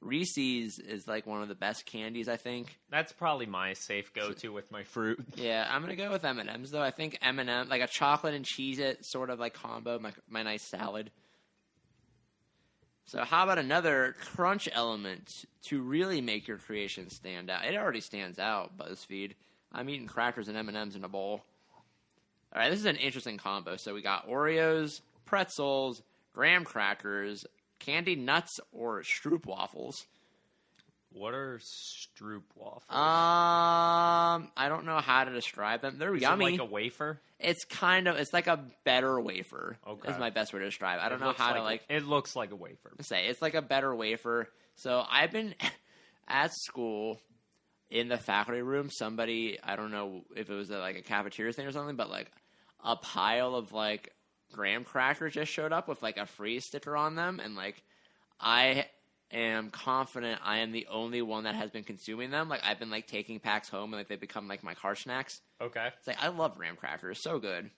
S1: Reese's is like one of the best candies. I think.
S2: That's probably my safe go to with my fruit.
S1: Yeah, I'm gonna go with M and M's though. I think M and M like a chocolate and cheese it sort of like combo my my nice salad. So how about another crunch element to really make your creation stand out? It already stands out, Buzzfeed. I'm eating crackers and M and M's in a bowl. All right, this is an interesting combo. So we got Oreos, pretzels, graham crackers, candied nuts, or Stroop waffles.
S2: What are stroop waffles?
S1: Uh, Um, I don't know how to describe them. They're
S2: Is it
S1: yummy.
S2: like a wafer?
S1: it's kind of it's like a better wafer.
S2: Okay.
S1: is my best way to describe. it. I don't
S2: It
S1: know
S2: looks
S1: how to like
S2: It looks like a wafer.
S1: say it's like a better wafer. So I've been at school in the faculty room. Somebody I don't know if it was a, like a cafeteria thing or something, but like a pile of like graham crackers just showed up with like a free sticker on them, and like I am confident I am the only one that has been consuming them. Like I've been like taking packs home, and like they become like my car snacks.
S2: Okay.
S1: It's like I love graham crackers, so good.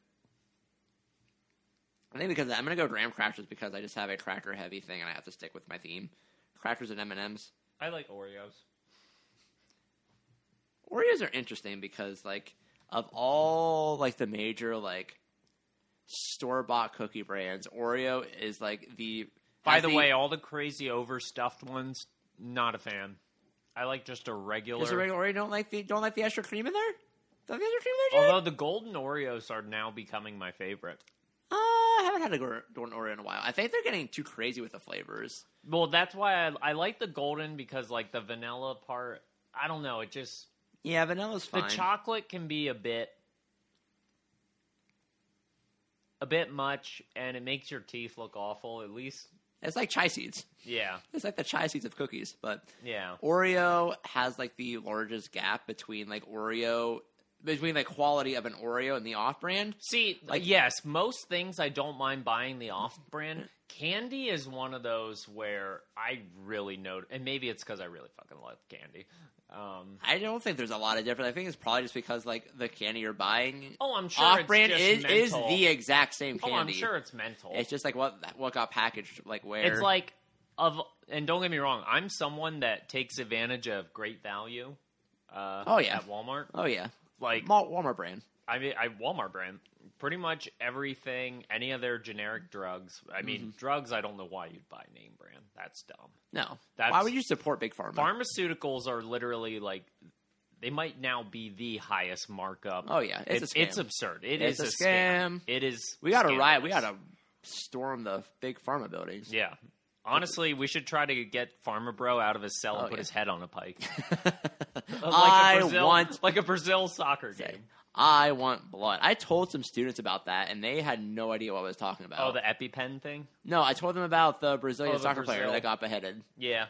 S1: I think because I'm gonna go graham crackers because I just have a cracker heavy thing and I have to stick with my theme. Crackers and M and M's.
S2: I like Oreos.
S1: Oreos are interesting because like of all like the major like store bought cookie brands. Oreo is like the.
S2: By
S1: has
S2: the way, all the crazy overstuffed ones, not a fan. I like just a regular.
S1: is there any Oreo don't like the don't like the extra cream in there? Don't like the extra cream in there, Jared?
S2: Although the golden Oreos are now becoming my favorite.
S1: Uh, I haven't had a gor- golden Oreo in a while. I think they're getting too crazy with the flavors.
S2: Well, that's why I, I like the golden because like the vanilla part, I don't know. It just
S1: Yeah, vanilla's fine.
S2: the chocolate can be a bit, a bit much, and it makes your teeth look awful. At least,
S1: it's like chai seeds.
S2: yeah,
S1: It's like the chai seeds of cookies, but
S2: yeah.
S1: Oreo has like the largest gap between like Oreo between like quality of an Oreo and the off brand.
S2: See,
S1: Like-
S2: yes, most things I don't mind buying the off brand. Candy is one of those where I really know, and maybe it's because I really fucking love candy. Um,
S1: I don't think there's a lot of difference. I think it's probably just because like the candy you're buying
S2: oh, I'm sure
S1: off brand
S2: it's
S1: is,
S2: just
S1: is
S2: mental.
S1: the exact same
S2: Oh,
S1: candy.
S2: I'm sure it's mental.
S1: It's just like what what got packaged like where.
S2: It's like of and don't get me wrong, I'm someone that takes advantage of great value. Uh,
S1: Oh, yeah.
S2: at Walmart,
S1: oh yeah,
S2: like
S1: Mal- Walmart brand.
S2: I mean, I Walmart brand pretty much everything, any of their generic drugs. I mean,
S1: Mm-hmm.
S2: drugs. I don't know why you'd buy name brand. That's dumb.
S1: No,
S2: That's-
S1: why would you support big pharma?
S2: Pharmaceuticals are literally like they might now be the highest markup.
S1: Oh, yeah. It's a
S2: it's,
S1: scam.
S2: it's absurd. It
S1: It's
S2: is
S1: a scam.
S2: It is.
S1: we got to riot. We
S2: scandalous.
S1: got to storm the big pharma buildings.
S2: Yeah. Honestly, we should try to get Farmer Bro out of his cell and
S1: Oh,
S2: put
S1: yeah.
S2: his head on a pike. like
S1: I
S2: a Brazil,
S1: want-
S2: like a Brazil soccer game.
S1: say, I want blood. I told some students about that, and they had no idea what I was talking about.
S2: Oh, the EpiPen thing.
S1: no, I told them about the Brazilian
S2: Oh, the
S1: soccer player
S2: Brazil.
S1: that got beheaded.
S2: Yeah.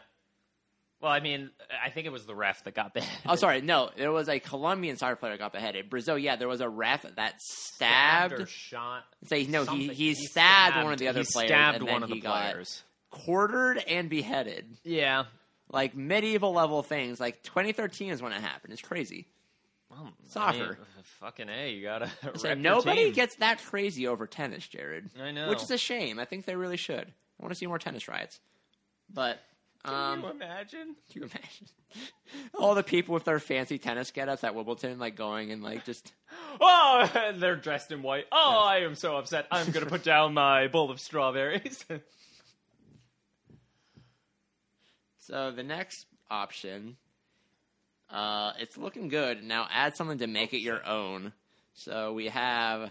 S2: Well, I mean, I think it was the ref that got banned.
S1: Oh, sorry, no, there was a Colombian soccer player that got beheaded. Brazil, yeah, there was a ref that stabbed.
S2: or shot.
S1: Say no, he,
S2: something.
S1: he stabbed, one of the other
S2: he
S1: players,
S2: Stabbed
S1: and
S2: one
S1: then
S2: of
S1: he
S2: the players.
S1: got quartered and beheaded,
S2: Yeah.
S1: like medieval level things. Like 2013 is when it happened. It's crazy.
S2: Well, I
S1: Soccer.
S2: mean, uh, fucking a, you gotta.
S1: So
S2: rep your
S1: nobody
S2: team.
S1: gets that crazy over tennis, Jared.
S2: I know.
S1: which is a shame. I think they really should. I want to see more tennis riots, but
S2: Can
S1: um,
S2: you imagine?
S1: can you imagine all the people with their fancy tennis get-ups at Wimbledon, like going and like just
S2: Oh, and they're dressed in white. Oh, I am so upset. I'm going to put down my bowl of strawberries.
S1: so the next option. Uh, it's looking good now. Add something to make it your own. So we have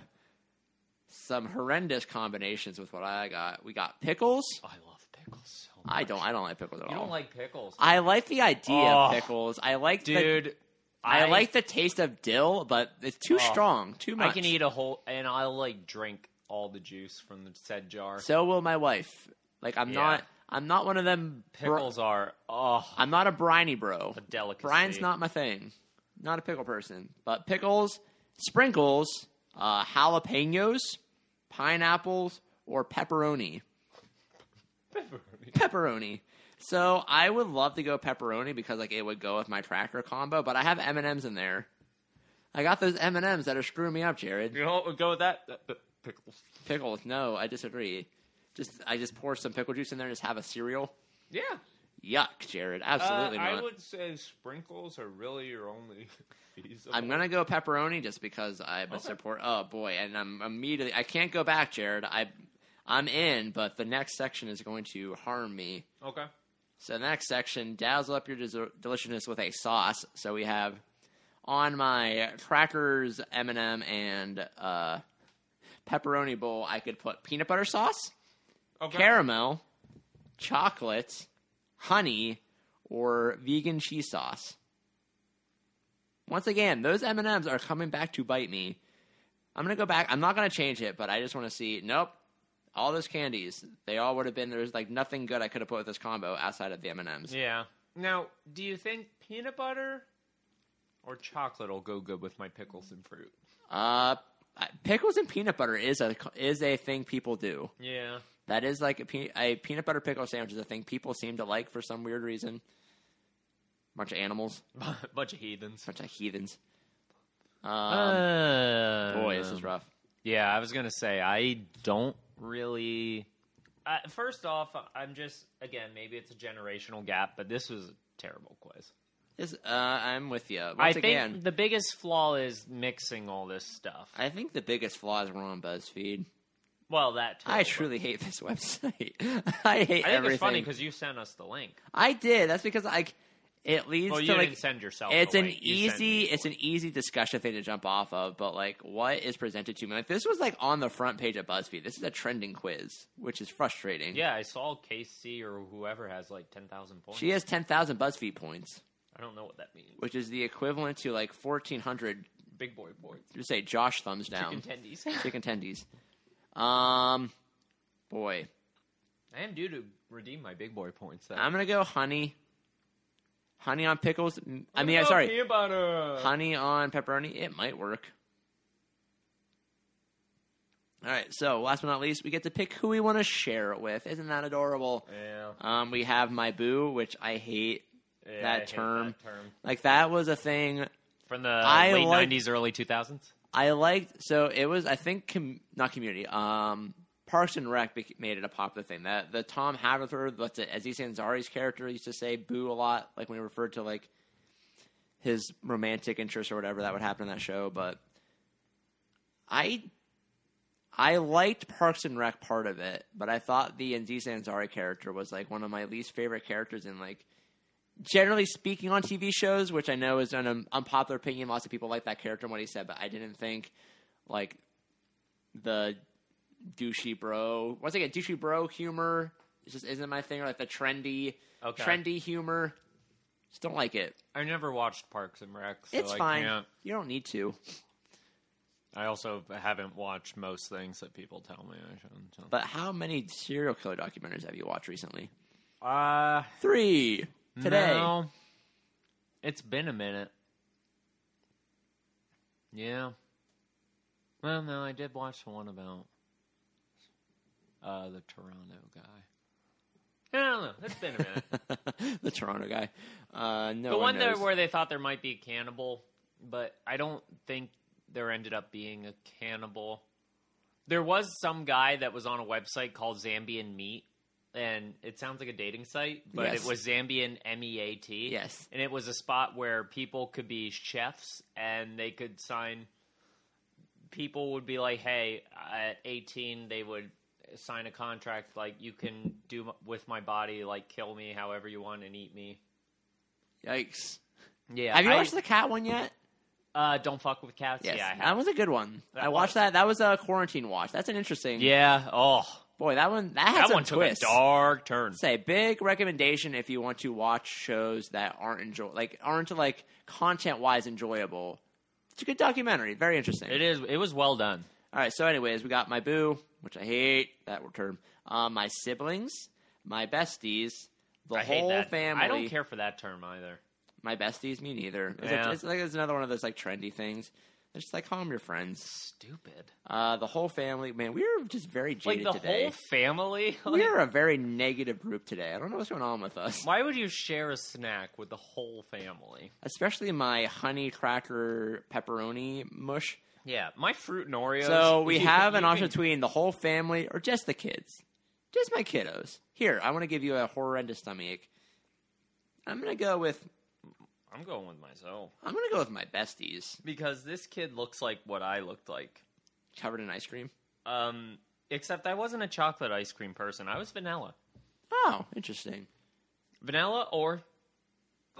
S1: some horrendous combinations with what I got. We got pickles.
S2: I love pickles so much.
S1: I don't. I don't like pickles at
S2: You
S1: all.
S2: don't like pickles.
S1: I like the idea of
S2: Oh,
S1: pickles. I like the-
S2: Dude,
S1: I, like the taste of dill, but it's too
S2: Oh,
S1: strong, too much.
S2: I can eat a whole, and I'll like drink all the juice from the said jar.
S1: So will my wife. Like I'm
S2: Yeah.
S1: not. I'm not one of them. bro-
S2: pickles are, oh,
S1: I'm not a briny bro.
S2: a delicacy.
S1: Brine's not my thing. Not a pickle person. But pickles, sprinkles, uh, jalapenos, pineapples, or pepperoni. Pepperoni. So I would love to go pepperoni because like it would go with my tractor combo. But I have M and M's in there. I got those M and M's that are screwing me up, Jared.
S2: You know what would go with that? Uh, uh, Pickles.
S1: Pickles? No, I disagree. Just I just pour some pickle juice in there and just have a cereal.
S2: Yeah.
S1: Yuck, Jared. Absolutely not.
S2: Uh, would say sprinkles are really your only feasible.
S1: I'm gonna go pepperoni just because I am a
S2: Okay.
S1: support. Oh boy, and I'm immediately. I can't go back, Jared. I I'm in, but the next section is going to harm me.
S2: Okay.
S1: So the next section, dazzle up your des- deliciousness with a sauce. So we have on my crackers, M and m and uh, pepperoni bowl. I could put peanut butter sauce.
S2: Okay.
S1: caramel, chocolate, honey, or vegan cheese sauce. Once again, those M and M's are coming back to bite me. I'm gonna go back. I'm not gonna change it, but I just want to see. Nope, all those candies. They all would have been. There's like nothing good I could have put with this combo outside of the M and M's.
S2: Yeah. Now, do you think peanut butter or chocolate will go good with my pickles and fruit?
S1: Uh, I- pickles and peanut butter is a is a thing people do.
S2: Yeah.
S1: That is like a, pe- a peanut butter pickle sandwich is a thing people seem to like for some weird reason. Bunch of animals.
S2: Bunch of heathens.
S1: bunch of heathens. Um,
S2: Uh,
S1: boy, this is rough.
S2: Yeah, I was going to say, I don't really. Uh, first off, I'm just, again, maybe it's a generational gap, but this was a terrible quiz.
S1: This, uh, I'm with you once
S2: I think
S1: again.
S2: the biggest flaw is mixing all this stuff.
S1: I think the biggest flaws were on BuzzFeed.
S2: Well, that too,
S1: I
S2: but-
S1: truly hate this website. I hate
S2: I think
S1: everything.
S2: it's funny because you sent us the link.
S1: I did. That's because like it leads
S2: Well, you
S1: to like
S2: didn't send yourself.
S1: it's
S2: the
S1: an
S2: link. You sent
S1: easy
S2: me the
S1: it's an
S2: link.
S1: easy discussion thing to jump off of but like what is presented to me like this was like on the front page of buzzfeed this is a trending quiz which is frustrating
S2: Yeah, I saw Casey or whoever has like ten thousand points.
S1: she has 10000 buzzfeed points
S2: I don't know what that means.
S1: which is the equivalent to like 1400
S2: Big boy points.
S1: just say josh thumbs down
S2: Contendies.
S1: chicken tendies um boy
S2: I am due to redeem my big boy points. Though.
S1: i'm gonna go honey honey on pickles Mm, i
S2: What
S1: mean i'm
S2: about
S1: sorry
S2: Oh, Peanut butter.
S1: honey on pepperoni it might work all right so last but not least we get to pick who we want to share it with isn't that adorable
S2: Yeah.
S1: um, we have my boo which i hate
S2: Yeah,
S1: that
S2: I hate
S1: term.
S2: that term.
S1: like that was a thing
S2: from the
S1: I
S2: late
S1: like-
S2: nineties, early two thousands.
S1: i liked so it was i think com- not community um, parks and rec bec- made it a popular thing that the tom haverford what's it aziz ansari's character used to say boo a lot like when he referred to like his romantic interest or whatever that would happen in that show but I I liked Parks and Rec part of it, but I thought the Andy Sanzari character was like one of my least favorite characters in like generally speaking on TV shows, which I know is an um, unpopular opinion. Lots of people like that character and what he said, but I didn't think like the douchey bro once again douchey bro humor it just isn't my thing or like the trendy
S2: Okay.
S1: trendy humor just don't like it
S2: I never watched Parks and Rec. So
S1: it's
S2: I
S1: fine
S2: Can't.
S1: you don't need to
S2: I also haven't watched most things that people tell me I shouldn't. so-
S1: but how many serial killer documentaries have you watched recently
S2: Uh,
S1: three today.
S2: no. it's been a minute. Yeah. Well, no, I did watch the one about uh, the Toronto guy. I don't know. It's been a minute.
S1: the Toronto guy. Uh, no
S2: the
S1: one,
S2: one there
S1: knows.
S2: where they thought there might be a cannibal, but I don't think there ended up being a cannibal. There was some guy that was on a website called Zambian Meat, and it sounds like a dating site, but
S1: Yes.
S2: it was Zambian M E A T.
S1: Yes.
S2: and it was a spot where people could be chefs and they could sign. People would be like, "Hey, at 18, they would." sign a contract like you can do m- with my body like kill me however you want and eat me
S1: Yikes!
S2: yeah
S1: Have you
S2: I-
S1: watched the cat one yet?
S2: uh, don't fuck with cats.
S1: Yes,
S2: Yeah, I
S1: that
S2: have.
S1: was a good one.
S2: That
S1: I
S2: was.
S1: watched that. That was a quarantine watch. That's an interesting.
S2: yeah. Oh,
S1: boy, that one that had
S2: that
S1: some
S2: one took a
S1: twists.
S2: dark turn.
S1: Say big recommendation if you want to watch shows that aren't enjoy like aren't like content wise enjoyable. It's a good documentary. Very interesting.
S2: It is. It was well done.
S1: All right. So, anyways, we got my boo, which I hate that term. Uh, my siblings, my besties, the
S2: I hate
S1: whole
S2: that.
S1: family.
S2: I don't care for that term either.
S1: My besties, me neither. It's,
S2: Yeah.
S1: like, it's like it's another one of those like trendy things. They're just like call 'em your friends.
S2: Stupid.
S1: Uh, the whole family, man, we are just very
S2: Like
S1: jaded
S2: the
S1: today.
S2: whole family.
S1: we
S2: Like,
S1: are a very negative group today. I don't know what's going on with us,
S2: why would you share a snack with the whole family?
S1: especially my honey cracker pepperoni mush.
S2: Yeah, my fruit and Oreos.
S1: So we
S2: you-
S1: have an
S2: you
S1: option
S2: can-
S1: between the whole family or just the kids, just my kiddos. Here, I want to give you a horrendous stomachache. I'm gonna go with
S2: I'm going with myself
S1: I'm gonna go with my besties
S2: because this kid looks like what I looked like.
S1: covered in ice cream.
S2: Um, except I wasn't a chocolate ice cream person. I was vanilla,
S1: Oh, interesting.
S2: vanilla or.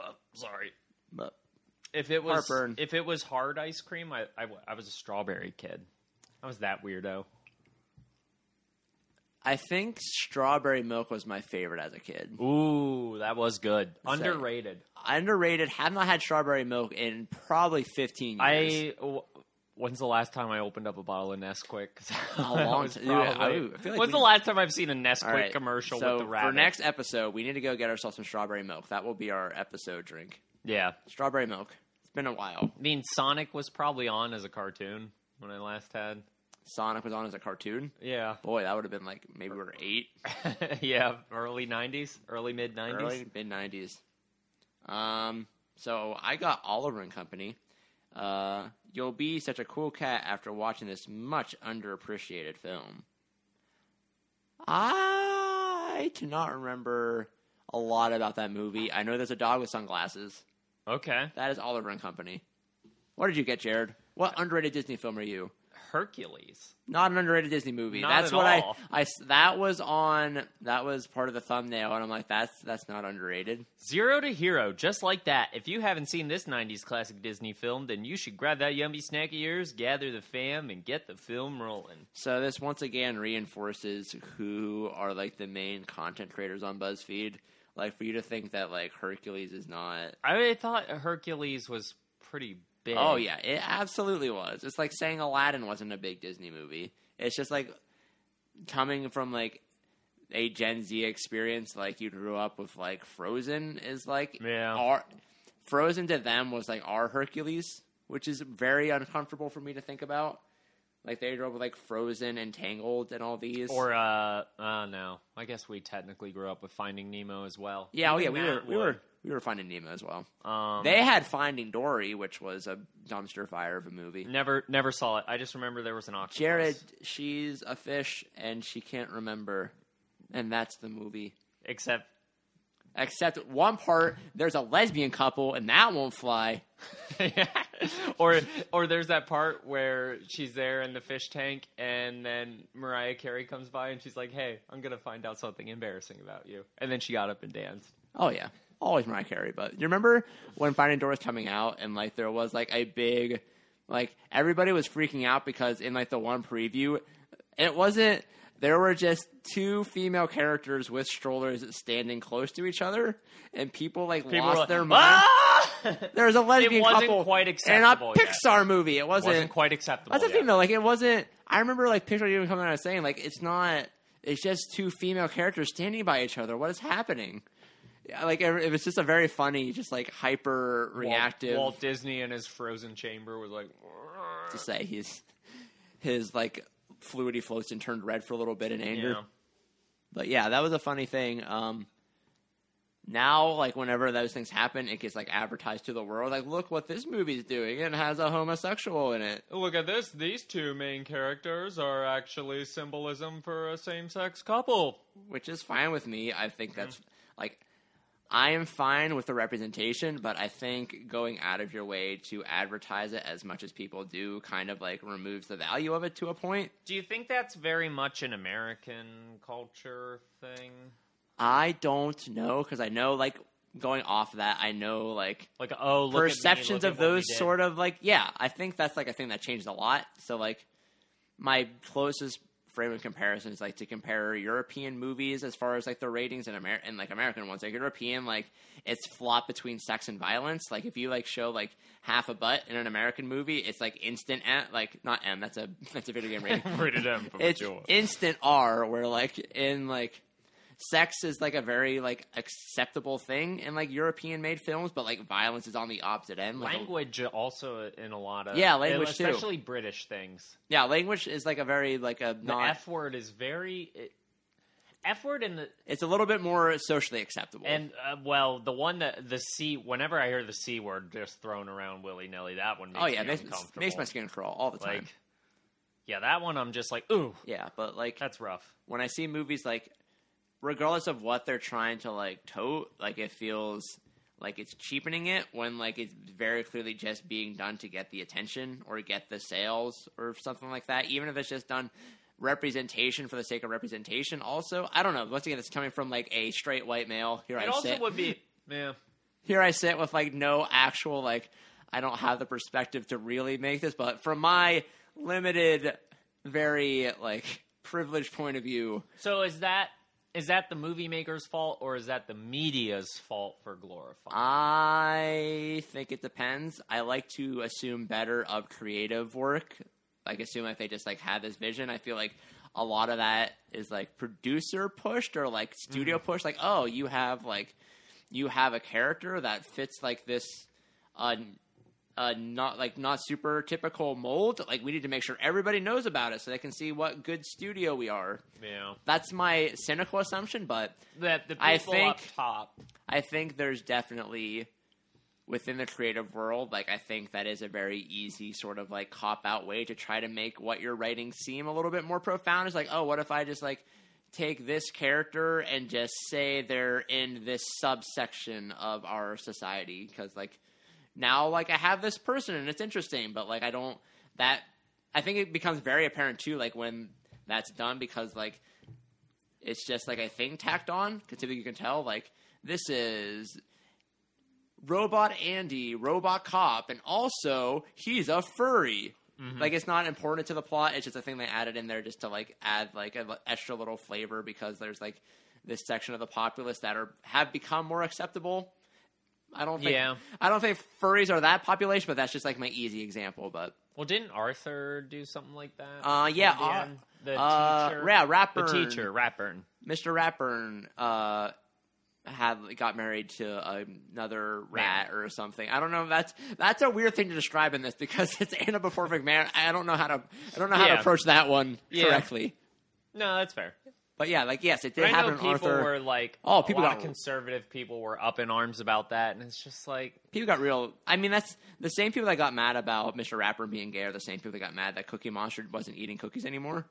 S2: Uh, sorry,
S1: But
S2: If it was
S1: Heartburn.
S2: if it was hard ice cream, I, I w- I was a strawberry kid. I was that weirdo.
S1: I think strawberry milk was my favorite as a kid.
S2: Ooh, that was good. Underrated.
S1: Underrated. Have not had strawberry milk in probably 15 years.
S2: I. W- when's the last time I opened up a bottle of Nesquik? 'Cause that
S1: long
S2: was
S1: ti- dude, I-
S2: probably-
S1: I feel like
S2: when's
S1: we-
S2: the last time I've seen a Nesquik
S1: All right,
S2: commercial
S1: so
S2: with the rabbit?
S1: for next episode, we need to go get ourselves some strawberry milk. That will be our episode drink.
S2: yeah,
S1: Strawberry milk. It's been a while.
S2: I mean Sonic was probably on as a cartoon when I last had.
S1: Sonic was on as a cartoon.
S2: Yeah,
S1: Boy, that would have been like maybe we were eight,
S2: yeah, early '90s, early mid '90s.
S1: early mid nineties. Um, so I got Oliver and Company. Uh, you'll be such a cool cat after watching this much underappreciated film. I do not remember a lot about that movie. I know there's a dog with sunglasses.
S2: Okay,
S1: That is Oliver and Company. What did you get, Jared? What underrated Disney film are you?
S2: Hercules.
S1: Not an underrated Disney movie.
S2: Not
S1: that's
S2: at
S1: what
S2: all.
S1: I, I s- that was on that was part of the thumbnail, and I'm like, that's that's not underrated.
S2: Zero to Hero, just like that. If you haven't seen this 90s classic Disney film, then you should grab that yummy snack of yours, gather the fam, and get the film rolling.
S1: So this once again reinforces who are like the main content creators on BuzzFeed. Like for you to think that like Hercules is not.
S2: I really thought Hercules was pretty big.
S1: Oh yeah, it absolutely was. It's like saying Aladdin wasn't a big Disney movie. It's just like coming from like a Gen Z experience, like you grew up with like Frozen is like
S2: Yeah.
S1: our Frozen to them was like our Hercules, which is very uncomfortable for me to think about. Like they grew up with like Frozen and Tangled and all these.
S2: Or, uh, oh no. I guess we technically grew up with Finding Nemo as well.
S1: Yeah, oh yeah,
S2: Even
S1: we were
S2: that
S1: we were
S2: would,
S1: we were finding Nemo as well.
S2: Um,
S1: they had Finding Dory, which was a dumpster fire of a movie.
S2: Never, never saw it. I just remember there was an octopus.
S1: Jared, she's a fish and she can't remember, and that's the movie.
S2: Except
S1: Except one part, there's a lesbian couple, and that won't fly.
S2: or or there's that part where she's there in the fish tank and then Mariah Carey comes by and she's like, "Hey, I'm going to find out something embarrassing about you." And then she got up and danced.
S1: Oh yeah, always Mariah Carey. But you remember when Finding Dory was coming out, and like there was like a big, like everybody was freaking out because in like the one preview, it wasn't. There were just two female characters with strollers standing close to each other, and people like
S2: People
S1: lost
S2: were like,
S1: their mind.
S2: "Ah!"
S1: There was a lesbian
S2: wasn't
S1: couple
S2: quite
S1: in a
S2: acceptable yet.
S1: Pixar movie. It wasn't,
S2: wasn't quite acceptable.
S1: That's the
S2: yet.
S1: thing though. Like it wasn't. I remember like Pixar even coming out and saying like it's not. It's just two female characters standing by each other. What is happening? Yeah, Like it it was just a very funny, just like hyper
S2: Walt-
S1: reactive
S2: Walt, Disney in his frozen chamber was like,
S1: to say his his like fluidity floats and turned red for a little bit in anger.
S2: yeah.
S1: But yeah, that was a funny thing. Um, now, like whenever those things happen, it gets like advertised to the world. Like, look what this movie's doing. It has a homosexual in it.
S2: Look at this. These two main characters are actually symbolism for a same-sex couple.
S1: which is fine with me. I think that's like I am fine with the representation, but I think going out of your way to advertise it as much as people do kind of like removes the value of it to a point.
S2: Do you think that's very much an American culture thing?
S1: I don't know because I know like going off that, I know like
S2: Like, oh, look
S1: perceptions of those sort of like yeah, I think that's like a thing that changed a lot. So like my closest frame of comparison is like to compare European movies as far as like the ratings and Amer- and like American ones. Like European, like it's flop between sex and violence. Like if you like show like half a butt in an American movie, it's like instant M- like not M. That's a that's a video game rating.
S2: rated M
S1: it's instant R. Where like in like sex is like a very like acceptable thing in like European made films, but like violence is on the opposite end. Like,
S2: language also in a lot of
S1: Yeah, language too.
S2: especially British things.
S1: yeah, language is like a very like a
S2: The
S1: not.
S2: F word is very it, F word in the
S1: it's a little bit more socially acceptable.
S2: and uh, well the one that the C whenever I hear the C word just thrown around willy nilly that one makes
S1: oh yeah,
S2: me
S1: makes,
S2: uncomfortable.
S1: makes my skin crawl all the time.
S2: like yeah that one I'm just like ooh
S1: yeah, but like
S2: that's rough
S1: when I see movies like, regardless of what they're trying to like tote, like it feels like it's cheapening it when like it's very clearly just being done to get the attention or get the sales or something like that. Even if it's just done representation for the sake of representation. Also, I don't know. Once again, it's coming from like a straight white male. Here
S2: it
S1: I
S2: also
S1: sit.
S2: would be yeah
S1: here I sit with like no actual like I don't have the perspective to really make this, but from my limited, very like privileged point of view,
S2: So is that is that the movie maker's fault or is that the media's fault for glorifying?
S1: I think it depends. I like to assume better of creative work. Like assume if they just like had this vision, I feel like a lot of that is like producer pushed or like studio pushed. Like, oh, you have like you have a character that fits like this uh uh not like not super typical mold. Like we need to make sure everybody knows about it so they can see what good studio we are.
S2: yeah.
S1: That's my cynical assumption, but
S2: That the people
S1: I
S2: up
S1: think-
S2: top.
S1: I think there's definitely within the creative world, like I think that is a very easy sort of like cop out way to try to make what you're writing seem a little bit more profound. It's like, oh, what if I just like take this character and just say they're in this subsection of our society because like now like I have this person and it's interesting, but like I don't that I think it becomes very apparent too, like when that's done, because like it's just like a thing tacked on. Because typically you can tell, like this is robot Andy, robot cop, and also he's a furry. Like it's not important to the plot. It's just a thing they added in there just to like add like an extra little flavor because there's like this section of the populace that are have become more acceptable. I don't think
S2: Yeah.
S1: I don't think furries are that population, but that's just like my easy example. But
S2: Well, didn't Arthur do something like that?
S1: Uh, yeah,
S2: In the
S1: Ar-
S2: end? the
S1: uh,
S2: teacher.
S1: yeah,
S2: the
S1: Ratburn,
S2: teacher, Ratburn.
S1: Mr. Ratburn, uh, had got married to another rat or something. I don't know. That's that's a weird thing to describe in this because it's anamorphic man. I don't know how to I don't know how to
S2: Yeah.
S1: approach that one
S2: Yeah.
S1: correctly.
S2: No, that's fair.
S1: But yeah, like yes, it did
S2: But I know
S1: happen. in
S2: people
S1: Arthur
S2: were like,
S1: Oh,
S2: a
S1: people
S2: lot
S1: got-
S2: of conservative people were up in arms about that, and it's just like,
S1: people got real. I mean, that's the same people that got mad about Mr. Ratburn being gay are the same people that got mad that Cookie Monster wasn't eating cookies anymore.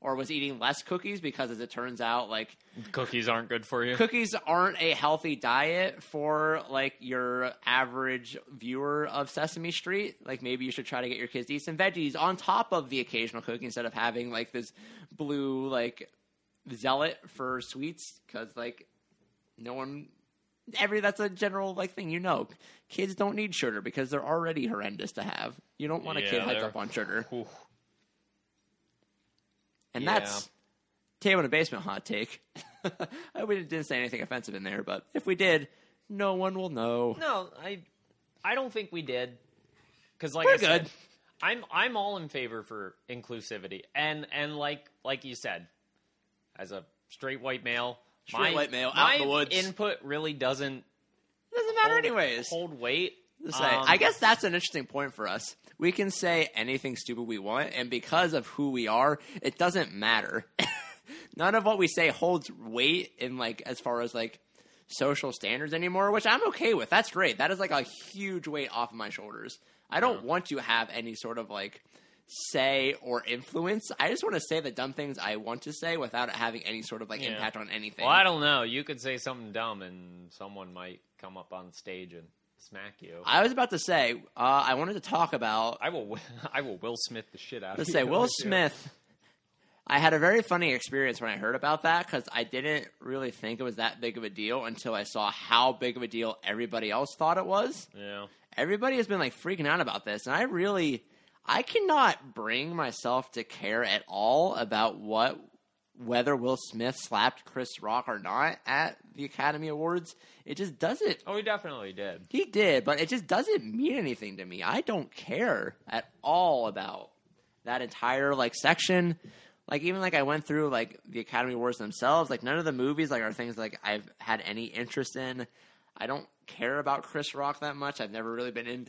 S1: Or was eating less cookies because, as it turns out, like
S2: cookies aren't good for you.
S1: cookies aren't a healthy diet for like your average viewer of Sesame Street. Like maybe you should try to get your kids to eat some veggies on top of the occasional cookie instead of having like this blue like zealot for sweets because like no one every that's a general like thing you know kids don't need sugar because they're already horrendous to have you don't want a kid
S2: Yeah,
S1: hyped
S2: they're-
S1: up on sugar
S2: Oof.
S1: and
S2: Yeah.
S1: that's table in a basement hot take. I hope we didn't say anything offensive in there, but if we did, no one will know.
S2: No, I, I don't think we did, because like
S1: We're
S2: I said,
S1: good.
S2: I'm I'm all in favor for inclusivity, and and like like you said, as a straight white male,
S1: Straight
S2: my,
S1: white male, out
S2: my
S1: in the woods.
S2: input really doesn't
S1: doesn't matter
S2: hold-
S1: anyways.
S2: hold weight.
S1: To say.
S2: Um,
S1: I guess that's an interesting point for us. We can say anything stupid we want, and because of who we are, it doesn't matter. None of what we say holds weight in like as far as like social standards anymore, which I'm okay with. That's great. That is like a huge weight off of my shoulders. I don't want to have any sort of like say or influence. I just want to say the dumb things I want to say without it having any sort of like
S2: Yeah.
S1: impact on anything.
S2: Well, I don't know. You could say something dumb, and someone might come up on stage and smack you. I,
S1: I was about to say, uh, I wanted to talk about
S2: will. I will Will Smith the shit out
S1: to
S2: of you.
S1: say Will
S2: too.
S1: Smith. I had a very funny experience when I heard about that because I didn't really think it was that big of a deal until I saw how big of a deal everybody else thought it was.
S2: Yeah.
S1: Everybody has been like freaking out about this, and I really, I cannot bring myself to care at all about what whether Will Smith slapped Chris Rock or not at the Academy Awards. It just doesn't
S2: Oh, he definitely did.
S1: he did, but it just doesn't mean anything to me. I don't care at all about that entire like section. Like even like I went through like the Academy Awards themselves. Like none of the movies like are things like I've had any interest in. I don't care about Chris Rock that much. I've never really been in.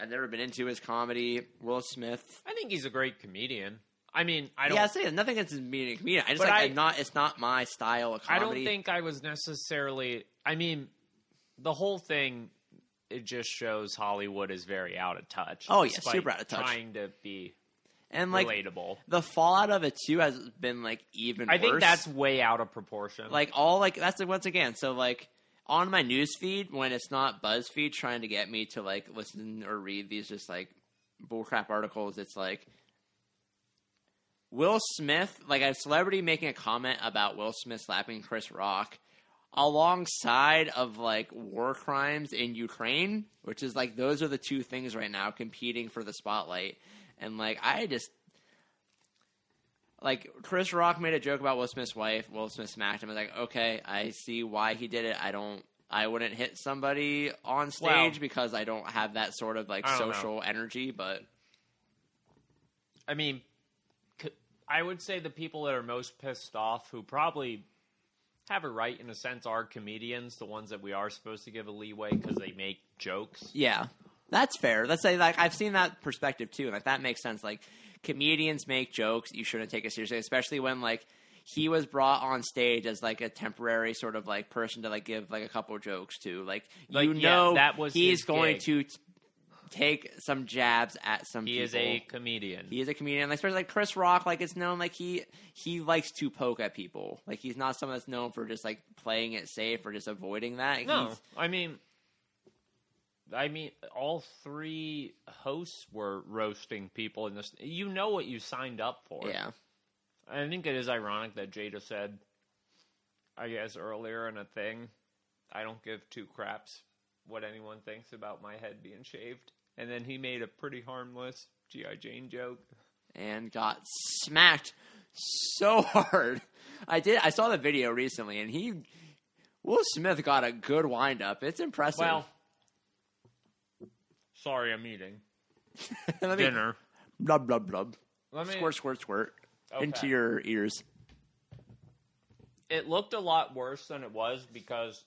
S1: I've never been into his comedy. Will Smith.
S2: I think he's a great comedian. I mean, I don't.
S1: Yeah, I say it, nothing against his being a comedian. I just
S2: But
S1: like
S2: I-
S1: I'm not. It's not my style of
S2: I
S1: comedy.
S2: don't think I was necessarily. I mean, the whole thing it just shows Hollywood is very out of touch.
S1: Oh, yeah,
S2: despite
S1: super out of touch.
S2: Trying to be
S1: and like
S2: relatable.
S1: the fallout of it too has been like even.
S2: I think
S1: worse.
S2: that's way out of proportion.
S1: like all like that's like, once again so like on my news feed when it's not buzzfeed trying to get me to like listen or read these just like bullcrap articles it's like will smith like a celebrity making a comment about will smith slapping chris rock alongside of like war crimes in ukraine which is like those are the two things right now competing for the spotlight and like i just like Chris Rock made a joke about Will Smith's wife. Will Smith smacked him. I was like, okay, I see why he did it. I don't. I wouldn't hit somebody on stage
S2: Well-
S1: because I don't have that sort of like
S2: I don't know.
S1: social energy. But
S2: I mean, c- I would say the people that are most pissed off, who probably have a right in a sense, are comedians, the ones that we are supposed to give a leeway because they make jokes.
S1: yeah, that's fair. Let's say like I've seen that perspective too. Like that makes sense. Like comedians make jokes. You shouldn't take it seriously, especially when like he was brought on stage as like a temporary sort of like person to like give like a couple jokes to. Like,
S2: Like,
S1: you
S2: yeah,
S1: know
S2: that was
S1: he's
S2: his
S1: going
S2: gig.
S1: to. T- Take some jabs at some.
S2: He
S1: people.
S2: is a comedian.
S1: He is a comedian, like especially like Chris Rock. Like it's known, like he he likes to poke at people. Like he's not someone that's known for just like playing it safe or just avoiding that.
S2: no,
S1: He's-
S2: I mean, I mean, all three hosts were roasting people in this. You know what you signed up for.
S1: Yeah.
S2: I think it is ironic that Jada said, I guess earlier in a thing, I don't give two craps what anyone thinks about my head being shaved. And then he made a pretty harmless G.I. Jane joke.
S1: and got smacked so hard. I did. I saw the video recently, and he, Will Smith, got a good windup. It's impressive.
S2: Well, sorry, I'm eating
S1: Let me,
S2: dinner.
S1: Blub blub blub.
S2: Let me,
S1: squirt squirt squirt into
S2: Okay.
S1: your ears.
S2: it looked a lot worse than it was because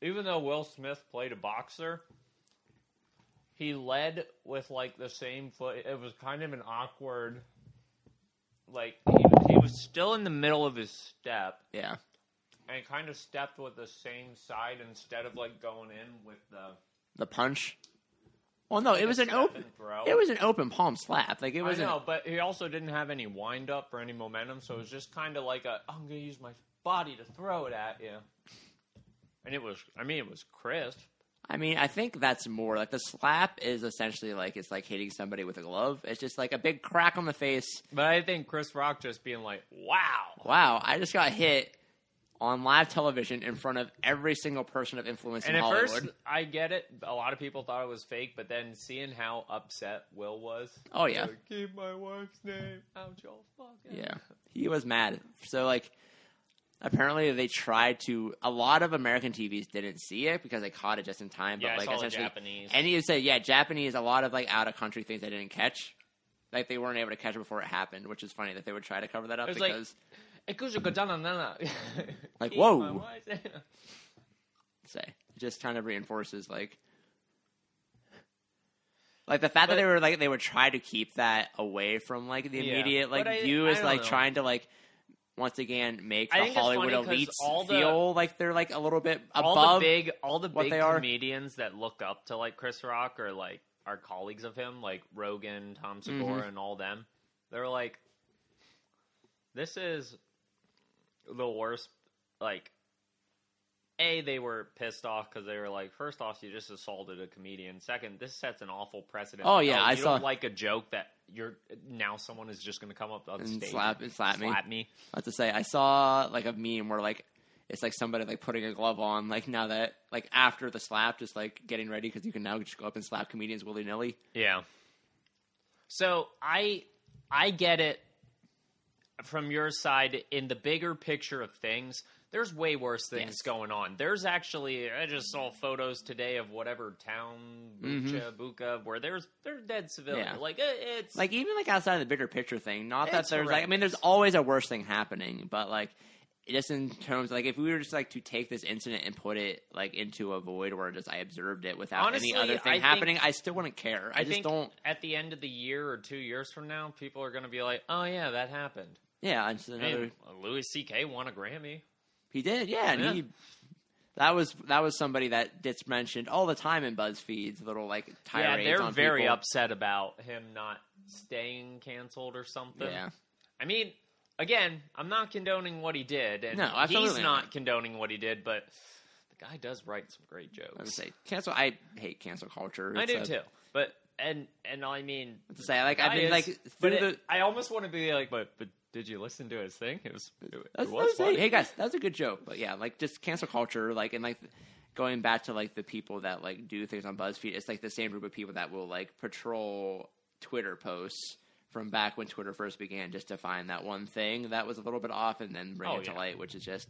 S2: even though Will Smith played a boxer, he led with like the same foot. It was kind of an awkward, like he, he was still in the middle of his step
S1: Yeah.
S2: and kind of stepped with the same side instead of like going in with the.
S1: The punch. Well, no, it was an
S2: step
S1: open.
S2: and throw.
S1: It was an open palm slap. Like it
S2: I
S1: was.
S2: know, but he also didn't have any wind up or any momentum, so it was just kind of like a, I'm gonna use my body to throw it at you. And it was, I mean, it was crisp.
S1: I mean, I think that's more like the slap is essentially like it's like hitting somebody with a glove. It's just like a big crack on the face.
S2: But I think Chris Rock just being like, "Wow,
S1: Wow, I just got hit on live television in front of every single person of influence
S2: And
S1: in
S2: at
S1: Hollywood.
S2: first, I get it. A lot of people thought it was fake, but then seeing how upset Will was.
S1: Oh, yeah.
S2: like, Keep my wife's name out your fucking.
S1: Yeah, he was mad. So like, apparently they tried to. A lot of American TVs didn't see it because they caught it just in time. But
S2: Yeah, I
S1: like
S2: saw the
S1: essentially,
S2: Japanese.
S1: and you said yeah, Japanese. A lot of like out of country things they didn't catch. Like they weren't able to catch it before it happened, which is funny that they would try to cover that up
S2: It was like-
S1: because
S2: It goes a katana, nana.
S1: Like,
S2: Keep
S1: whoa.
S2: my wife's name.
S1: say it just kind of reinforces like. Like the fact that
S2: But-
S1: they were like they would try to keep that away from like the
S2: Yeah.
S1: immediate like
S2: But I-
S1: view
S2: I
S1: is
S2: don't
S1: like
S2: know.
S1: trying to like once again make
S2: I
S1: the
S2: think it's funny
S1: Hollywood
S2: 'cause
S1: elites
S2: all the-
S1: feel like they're like a little bit above
S2: all the big, all the
S1: what
S2: big
S1: they are.
S2: comedians that look up to like Chris Rock or like are colleagues of him, like Rogan, Tom
S1: Mm-hmm.
S2: Segura, and all them. They're like, this is the worst. Like, a they were pissed off because they were like, first off, you just assaulted a comedian. Second, this sets an awful precedent.
S1: Oh, yeah,
S2: if
S1: I
S2: you
S1: saw-
S2: don't like a joke that you're now someone is just going to come up on
S1: and
S2: stage
S1: slap and slap, me.
S2: slap me.
S1: Not to say, I saw like a meme where like it's like somebody like putting a glove on, like now that like after the slap, just like getting ready because you can now just go up and slap comedians willy nilly.
S2: Yeah. So I I get it from your side in the bigger picture of things. There's way worse things
S1: Yes.
S2: going on. There's actually I just saw photos today of whatever town Bucha, Buka where there's they're dead civilians.
S1: Mm-hmm. Yeah.
S2: Like it, it's
S1: Like even like outside of the bigger picture thing, not that
S2: It's
S1: there's like I mean, there's
S2: horrendous.
S1: always a worse thing happening, but like just in terms like if we were just like to take this incident and put it like into a void where just I observed it without
S2: Honestly,
S1: any other
S2: I
S1: thing
S2: think-
S1: happening, I still wouldn't care. I,
S2: I
S1: just
S2: think
S1: don't.
S2: at the end of the year or two years from now, people are going to be like, "Oh yeah, that happened."
S1: Yeah, it's
S2: I
S1: another.
S2: mean, Louis C.K. won a Grammy.
S1: He did, yeah, and
S2: Yeah.
S1: he. That was that was somebody that gets mentioned all the time in BuzzFeed's little like
S2: Yeah,
S1: tirades.
S2: they're
S1: on
S2: very
S1: people.
S2: upset about him not staying canceled or something.
S1: Yeah,
S2: I mean, again, I'm not condoning what he did, and
S1: No,
S2: he's
S1: absolutely
S2: not,
S1: not.
S2: condoning what he did, but the guy does write some great
S1: I would
S2: jokes.
S1: say cancel. I hate cancel culture.
S2: I
S1: It's
S2: do
S1: a-
S2: too, but and and I mean,
S1: To say like I've
S2: guy
S1: been
S2: is-
S1: like
S2: but
S1: through
S2: it-
S1: the.
S2: I almost want to be like, but but did you listen to his thing? It was it,
S1: That's,
S2: was
S1: that's- hey,
S2: funny.
S1: hey guys, that's a good joke, but yeah, like just cancel culture, like and like going back to like the people that like do things on BuzzFeed. It's like the same group of people that will like patrol Twitter posts from back when Twitter first began, just to find that one thing that was a little bit off, and then bring
S2: Oh,
S1: it to
S2: yeah.
S1: light, which is just.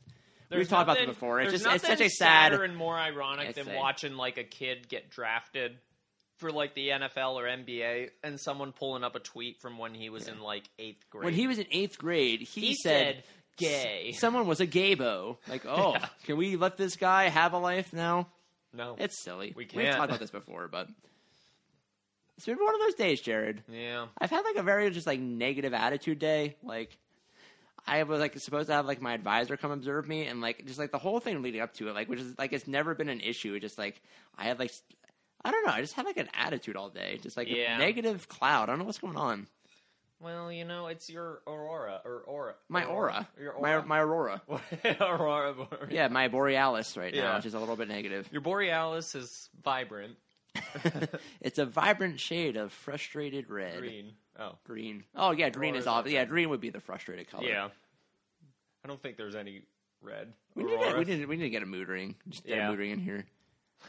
S2: There's
S1: We've talked about
S2: nothing-
S1: this before. It's
S2: there's
S1: just it's such
S2: nothing
S1: a sad
S2: sadder and more ironic
S1: It's
S2: than
S1: a-
S2: watching like a kid get drafted for like the NFL or NBA, and someone pulling up a tweet from when he was in like eighth grade.
S1: When he was in eighth grade, he,
S2: He
S1: said,
S2: said gay.
S1: Someone was a gaybo. Like, oh,
S2: Yeah.
S1: can we let this guy have a life now?
S2: no,
S1: It's silly.
S2: We
S1: have
S2: can't.
S1: talked about this before, but it's been one of those days, Jared.
S2: yeah.
S1: I've had like a very just like negative attitude day. Like, I was like supposed to have like my advisor come observe me, and like just like the whole thing leading up to it, like which is like it's never been an issue. It's just like I had like. I don't know. I just had like an attitude all day, just like
S2: Yeah.
S1: a negative cloud. I don't know what's going on.
S2: Well, you know, it's your aurora or aura.
S1: My aura,
S2: Your
S1: my
S2: aura.
S1: my aurora.
S2: aurora. borealis.
S1: Yeah, my borealis right now,
S2: Yeah.
S1: which is a little bit negative.
S2: Your borealis is vibrant.
S1: it's a vibrant shade of frustrated red.
S2: Green. Oh.
S1: Green. Oh yeah, green
S2: Or
S1: is
S2: is
S1: off.
S2: it-
S1: Yeah, green would be the frustrated color.
S2: Yeah. I don't think there's any red.
S1: We need, to get,
S2: Aurora.
S1: we, need, we need to get a mood ring. Just get
S2: Yeah.
S1: a mood ring in here.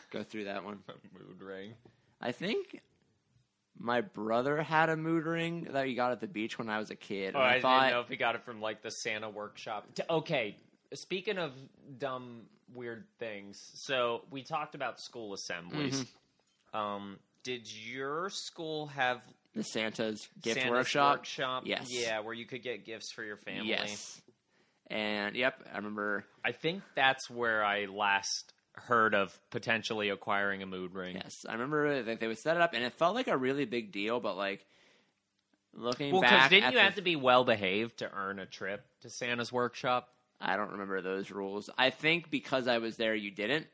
S1: Go through that one.
S2: mood ring.
S1: I think my brother had a mood ring that he got at the beach when I was a kid. and
S2: Oh, I,
S1: I, thought,
S2: didn't know if he got it from like the Santa workshop. D- Okay, speaking of dumb, weird things, so we talked about school assemblies.
S1: Mm-hmm.
S2: Um, did your school have
S1: the Santa's gift
S2: Santa's
S1: workshop.
S2: workshop?
S1: Yes.
S2: yeah, where you could get gifts for your family.
S1: Yes. And yep, I remember.
S2: I think that's where I last heard of potentially acquiring a mood ring.
S1: Yes, I remember that they would set it up, and it felt like a really big deal. But like looking
S2: Well, because
S1: back,
S2: didn't
S1: at
S2: you
S1: the-
S2: have to be well behaved to earn a trip to Santa's workshop?
S1: I don't remember those rules. I think because I was there, you didn't.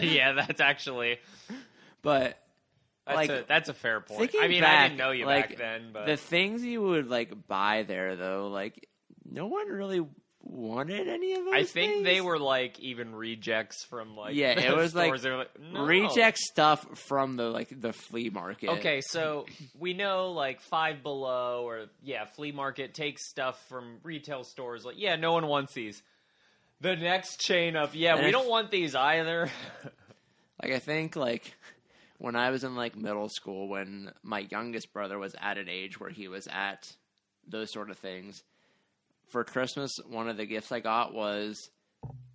S2: yeah, that's actually
S1: But
S2: that's
S1: Like,
S2: a that's a fair point.
S1: thinking
S2: I mean, I
S1: back,
S2: didn't know you
S1: like,
S2: back then, but
S1: the things you would like buy there, though, like no one really wanted any of those.
S2: I think they
S1: things.
S2: were like even rejects from like
S1: Yeah, it
S2: the
S1: was, like,
S2: stores. They were like "No."
S1: reject stuff from the like the flea market.
S2: Okay, so we know like Five Below or yeah, flea market takes stuff from retail stores. Like yeah, no one wants these. The next chain of yeah,
S1: The
S2: we
S1: next-
S2: don't want these either.
S1: Like I think like when I was in like middle school when my youngest brother was at an age where he was at those sort of things. For Christmas, one of the gifts I got was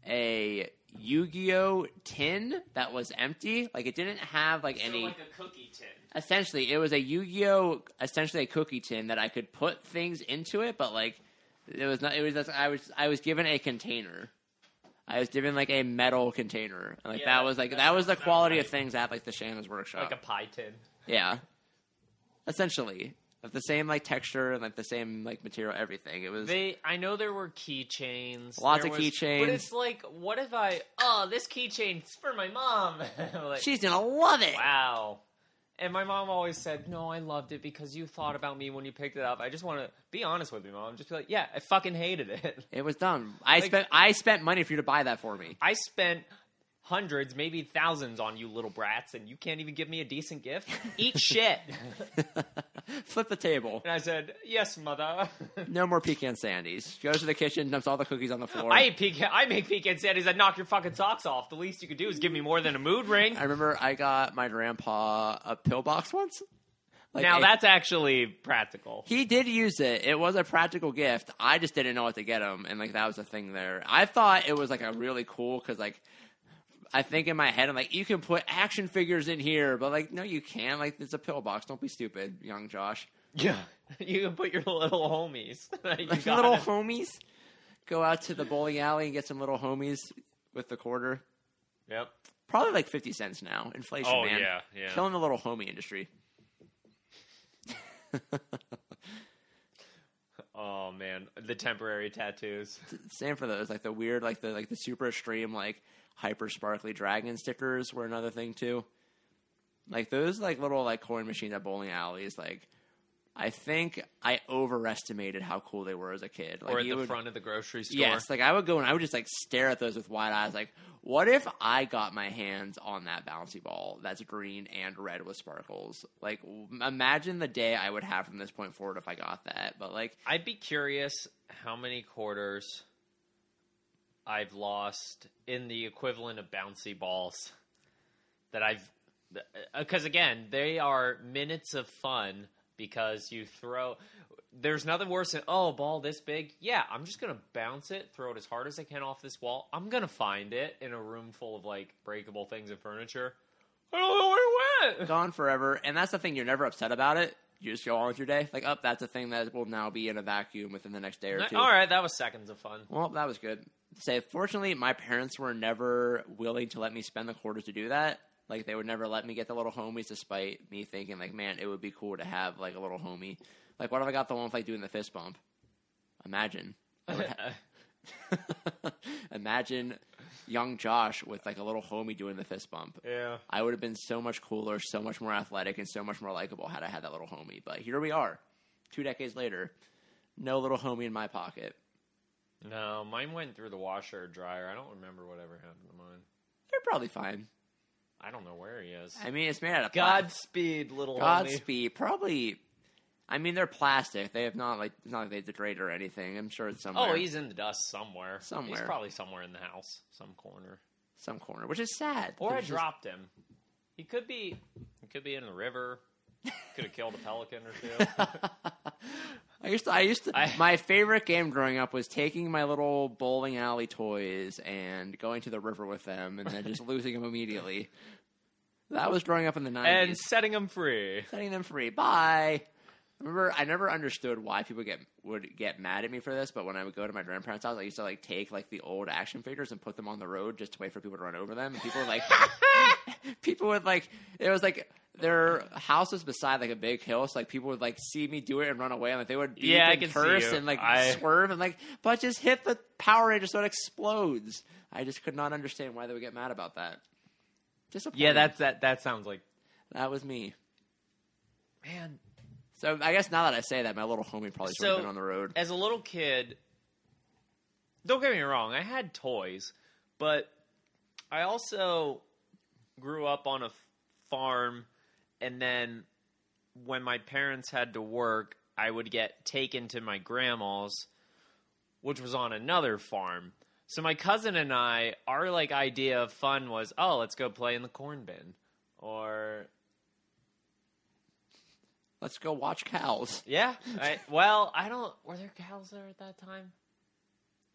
S1: a Yu-Gi-Oh tin that was empty. Like it didn't have like any
S2: a cookie tin.
S1: essentially it was a Yu-Gi-Oh essentially a cookie tin that I could put things into it, but like it was not it was just, I was I was given a container. I was given like a metal container. And, like
S2: Yeah,
S1: that was like
S2: that
S1: that was the
S2: sounds about
S1: quality of
S2: right.
S1: things at like the Shannon's workshop.
S2: Like a pie tin.
S1: yeah. Essentially. Of the same like texture and like the same like material, everything. It was
S2: They, I know there were keychains.
S1: Lots
S2: There
S1: of
S2: was-
S1: keychains.
S2: But it's like, what if I? Oh, this keychain's for my mom. like,
S1: She's gonna love it.
S2: wow. And my mom always said, "No, I loved it because you thought about me when you picked it up." I just want to be honest with you, mom. Just be like, "Yeah, I fucking hated it.
S1: It was dumb. I
S2: Like-
S1: spent I spent money for you to buy that for me.
S2: I spent hundreds, maybe thousands on you little brats, and you can't even give me a decent gift. Eat shit."
S1: Flip the table.
S2: and I said, "Yes, mother."
S1: No more pecan sandies. Goes to the kitchen, dumps all the cookies on the floor.
S2: I eat pecan. I make pecan sandies. I knock your fucking socks off. The least you could do is give me more than a mood ring.
S1: I remember I got my grandpa a pillbox once. Like
S2: now
S1: a-
S2: that's actually practical.
S1: he did use it. It was a practical gift. I just didn't know what to get him, and like that was the thing there. I thought it was like a really cool because like I think in my head I'm like you can put action figures in here, but like no you can't. Like it's a pillbox. Don't be stupid, young Josh.
S2: Yeah, you can put your little homies. that you
S1: Like
S2: got
S1: little
S2: it.
S1: homies, go out to the bowling alley and get some little homies with the quarter.
S2: Yep.
S1: Probably like fifty cents now. Inflation,
S2: Oh
S1: man.
S2: yeah, yeah.
S1: Killing the little homie industry.
S2: oh man, the temporary tattoos.
S1: same for those like the weird like the like the super extreme like hyper sparkly dragon stickers were another thing too like those like little like coin machines at bowling alleys like i think i overestimated how cool they were as a kid like
S2: or at
S1: you
S2: the
S1: would-
S2: front of the grocery store.
S1: yes like i would go and i would just like stare at those with wide eyes like what if i got my hands on that bouncy ball that's green and red with sparkles like w- imagine the day i would have from this point forward if i got that but like
S2: I'd be curious how many quarters I've lost in the equivalent of bouncy balls that I've. Because again, they are minutes of fun because you throw. There's nothing worse than, oh, ball this big. Yeah, I'm just going to bounce it, throw it as hard as I can off this wall. I'm going to find it in a room full of like breakable things and furniture. I don't know where it went.
S1: gone forever. And that's the thing, you're never upset about it. You just go on with your day. Like, up, that's a thing that will now be in a vacuum within the next day or two.
S2: All right, that was seconds of fun.
S1: Well, that was good. Say, fortunately, my parents were never willing to let me spend the quarters to do that. Like, they would never let me get the little homies, despite me thinking, like, man, it would be cool to have, like, a little homie. Like, what if I got the one with, like, doing the fist bump? Imagine. Imagine young Josh with, like, a little homie doing the fist bump.
S2: yeah.
S1: I would have been so much cooler, so much more athletic, and so much more likable had I had that little homie. But here we are, two decades later, no little homie in my pocket.
S2: No, mine went through the washer or dryer. I don't remember whatever happened to mine.
S1: They're probably fine.
S2: I don't know where he is.
S1: I mean, it's made out of plastic.
S2: Godspeed, little homie.
S1: Godspeed. Probably. I mean, they're plastic. They have not like it's not like they degrade or anything. I'm sure it's somewhere.
S2: Oh, he's in the dust somewhere. He's
S1: Somewhere.
S2: probably somewhere in the house, some corner.
S1: some corner, which is sad.
S2: Or I
S1: It's just-
S2: dropped him. He could be. He could be in the river. Could have killed a pelican or two.
S1: I used to. I used to.
S2: I-
S1: my favorite game growing up was taking my little bowling alley toys and going to the river with them, and then just losing them immediately. That was growing up in the nineties.
S2: and setting him free.
S1: setting them free. Bye. Remember, I never understood why people get would get mad at me for this, but when I would go to my grandparents' house, I used to like take like the old action figures and put them on the road just to wait for people to run over them. And people would, like, people would like, it was like their house was beside like a big hill, so like people would like see me do it and run away, and like they would beep
S2: Yeah, I
S1: and
S2: can see
S1: curse
S2: you.
S1: and like
S2: I-
S1: swerve and like, but just hit the Power Ranger so it explodes. I just could not understand why they would get mad about that. Disappointing.
S2: Yeah, that's that. That sounds like
S1: that was me.
S2: man.
S1: So I guess now that I say that, my little homie probably should have
S2: So-
S1: been on the road.
S2: As a little kid, don't get me wrong. I had toys, but I also grew up on a f- farm, and then when my parents had to work, I would get taken to my grandma's, which was on another farm. So my cousin and I, our like idea of fun was, oh, let's go play in the corn bin, or
S1: Let's go watch cows.
S2: Yeah. I, well, I don't. Were there cows there at that time?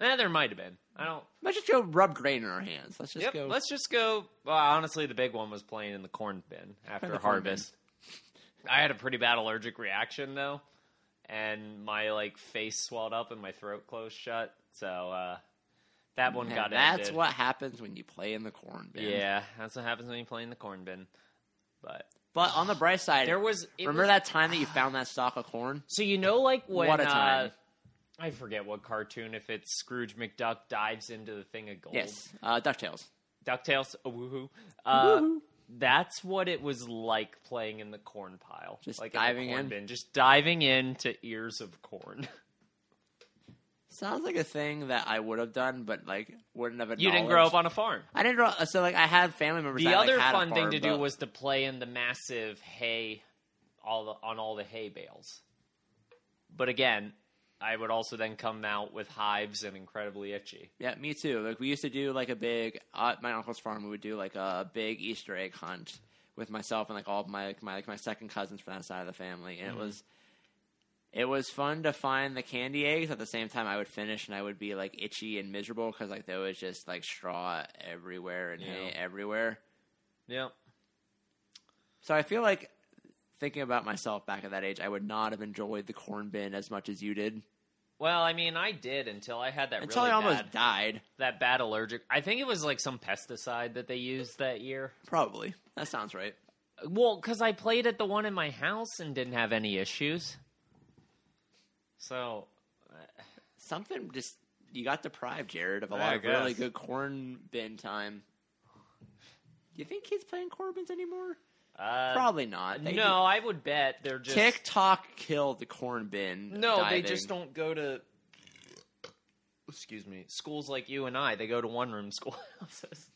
S2: Eh, there might have been. I don't.
S1: Let's just go rub grain in our hands. Let's just
S2: yep.
S1: go.
S2: Let's just go. Well, honestly, the big one was playing in the corn bin
S1: In
S2: after
S1: the corn bin.
S2: harvest. I had a pretty bad allergic reaction though, and my like face swelled up and my throat closed shut. So uh, that one
S1: And
S2: got
S1: that's
S2: ended.
S1: what happens when you play in the corn bin.
S2: Yeah, that's what happens when you play in the corn bin. But
S1: But on the bright side,
S2: there was it
S1: remember
S2: was-
S1: that time that you found that stalk of corn?
S2: So you know, like when
S1: What a time.
S2: Uh, I forget what cartoon. If it's Scrooge McDuck dives into the thing of gold,
S1: Yes. Uh, Ducktales.
S2: Ducktales, oh, woohoo, uh,
S1: Woohoo.
S2: that's what it was like playing in the corn pile,
S1: Just
S2: like
S1: diving
S2: in, the corn
S1: in?
S2: bin. just diving into ears of corn.
S1: Sounds like a thing that I would have done, but like wouldn't have.
S2: you didn't grow up on a farm.
S1: I didn't grow. up So like I had family members.
S2: The
S1: that, like,
S2: other
S1: had a
S2: fun thing
S1: farm,
S2: to do
S1: but-
S2: was to play in the massive hay, all the, on all the hay bales. But again, I would also then come out with hives and incredibly itchy.
S1: Yeah, me too. Like we used to do like a big uh, my uncle's farm. We would do like a big Easter egg hunt with myself and like all of my like, my like my second cousins from that side of the family,
S2: Mm-hmm.
S1: and it was it was fun to find the candy eggs. At the same time, I would finish and I would be like itchy and miserable because like there was just like straw everywhere and hay
S2: Yeah.
S1: everywhere.
S2: Yeah.
S1: So I feel like thinking about myself back at that age, I would not have enjoyed the corn bin as much as you did
S2: Well, I mean, I did until I had that
S1: until
S2: really
S1: I almost
S2: bad,
S1: died.
S2: that bad allergic. I think it was like some pesticide that they used that year.
S1: Probably that sounds right.
S2: Well, because I played at the one in my house and didn't have any issues. So
S1: something just you got deprived, Jared, of a
S2: I
S1: lot of really
S2: guess.
S1: good corn bin time. You think kids playing corn bins anymore?
S2: uh,
S1: Probably not. They
S2: no, I would bet they're
S1: ju-
S2: just
S1: TikTok killed the corn bin.
S2: no. They
S1: diving.
S2: just don't go to. Excuse me. Schools like you and I, they go to one room schoolhouses.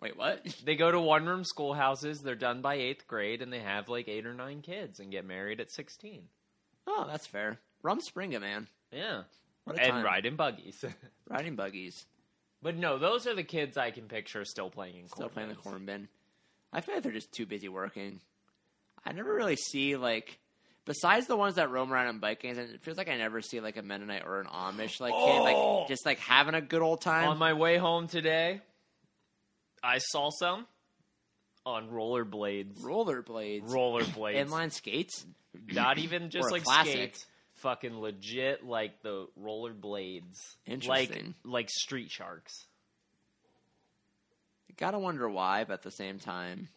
S1: Wait, what?
S2: They go to one room schoolhouses. They're done by eighth grade, and they have like eight or nine kids and get married at sixteen.
S1: Oh, that's fair. Rumspringa, man.
S2: Yeah.
S1: What a
S2: and
S1: time.
S2: ride in buggies.
S1: Riding buggies.
S2: but no, those are the kids I can picture still playing in
S1: Still
S2: corn
S1: playing the
S2: maze.
S1: corn bin. I feel like they're just too busy working. I never really see like besides the ones that roam around in bike gangs, and it feels like I never see like a Mennonite or an Amish like kid
S2: Oh!
S1: like just like having a good old time.
S2: On my way home today, I saw some on rollerblades.
S1: rollerblades,
S2: Rollerblades.
S1: inline skates.
S2: Not even
S1: Or
S2: just
S1: a
S2: like
S1: classic.
S2: skates. Fucking legit like the rollerblades.
S1: Interesting.
S2: Like like street sharks.
S1: Gotta wonder why, but at the same time,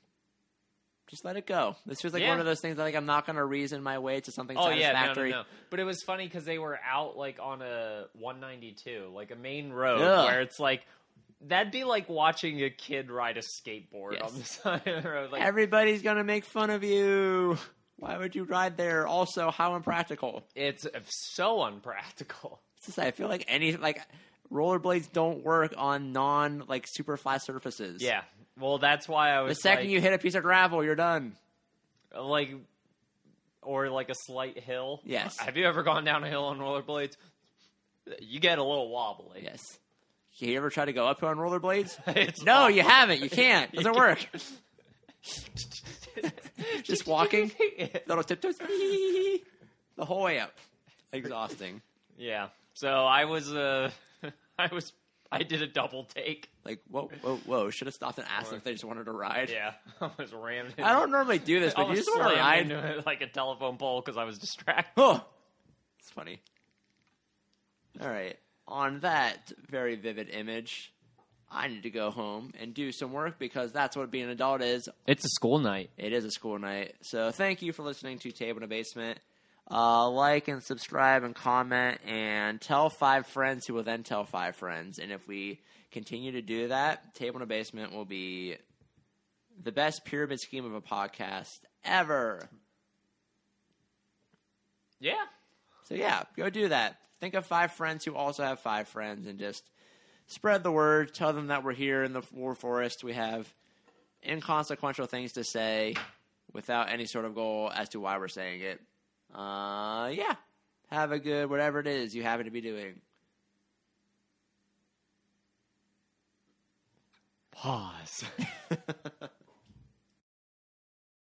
S1: just let it go. This feels like
S2: Yeah.
S1: one of those things. that, Like I'm not gonna reason my way to something
S2: Oh yeah, no, no,
S1: satisfactory.
S2: no. But it was funny because they were out like on a 192, like a main road
S1: Ugh.
S2: where it's like that'd be like watching a kid ride a skateboard
S1: Yes.
S2: on the side of the road. Like,
S1: Everybody's gonna make fun of you. Why would you ride there? Also, how impractical.
S2: it's uh, so unpractical.
S1: It's just, I feel like any like rollerblades don't work on non like super flat surfaces.
S2: Yeah, Well, that's why I
S1: The
S2: was
S1: second
S2: like, uh,
S1: you hit a piece of gravel, you're done.
S2: like or like a slight hill.
S1: Yes.
S2: Have you ever gone down a hill on rollerblades? You get a little wobbly.
S1: Yes. You ever try to go uphill on rollerblades?
S2: It's
S1: No,
S2: awful.
S1: you haven't. You can't. Doesn't
S2: You
S1: work. Just walking. Little tiptoes. The whole way up. Exhausting.
S2: yeah. So I was uh I was I did a double take.
S1: Like whoa, whoa, whoa! Should have stopped and asked them if they just wanted to ride.
S2: Yeah. I was rammed.
S1: I don't normally do this,
S2: I
S1: but you
S2: was
S1: just want to
S2: slammed
S1: ride.
S2: into it like a telephone pole because I was distracted.
S1: Oh, it's funny. All right. On that very vivid image, I need to go home and do some work because that's what being an adult is.
S2: It's a school night.
S1: It is a school night. So thank you for listening to Table in the Basement. Uh, like and subscribe and comment and tell five friends who will then tell five friends. And if we continue to do that, Table in the Basement will be the best pyramid scheme of a podcast ever.
S2: Yeah.
S1: So yeah, go do that. Think of five friends who also have five friends and just spread the word. Tell them that we're here in the war forest. We have inconsequential things to say without any sort of goal as to why we're saying it. Uh, yeah. Have a good whatever it is you happen to be doing.
S2: Pause.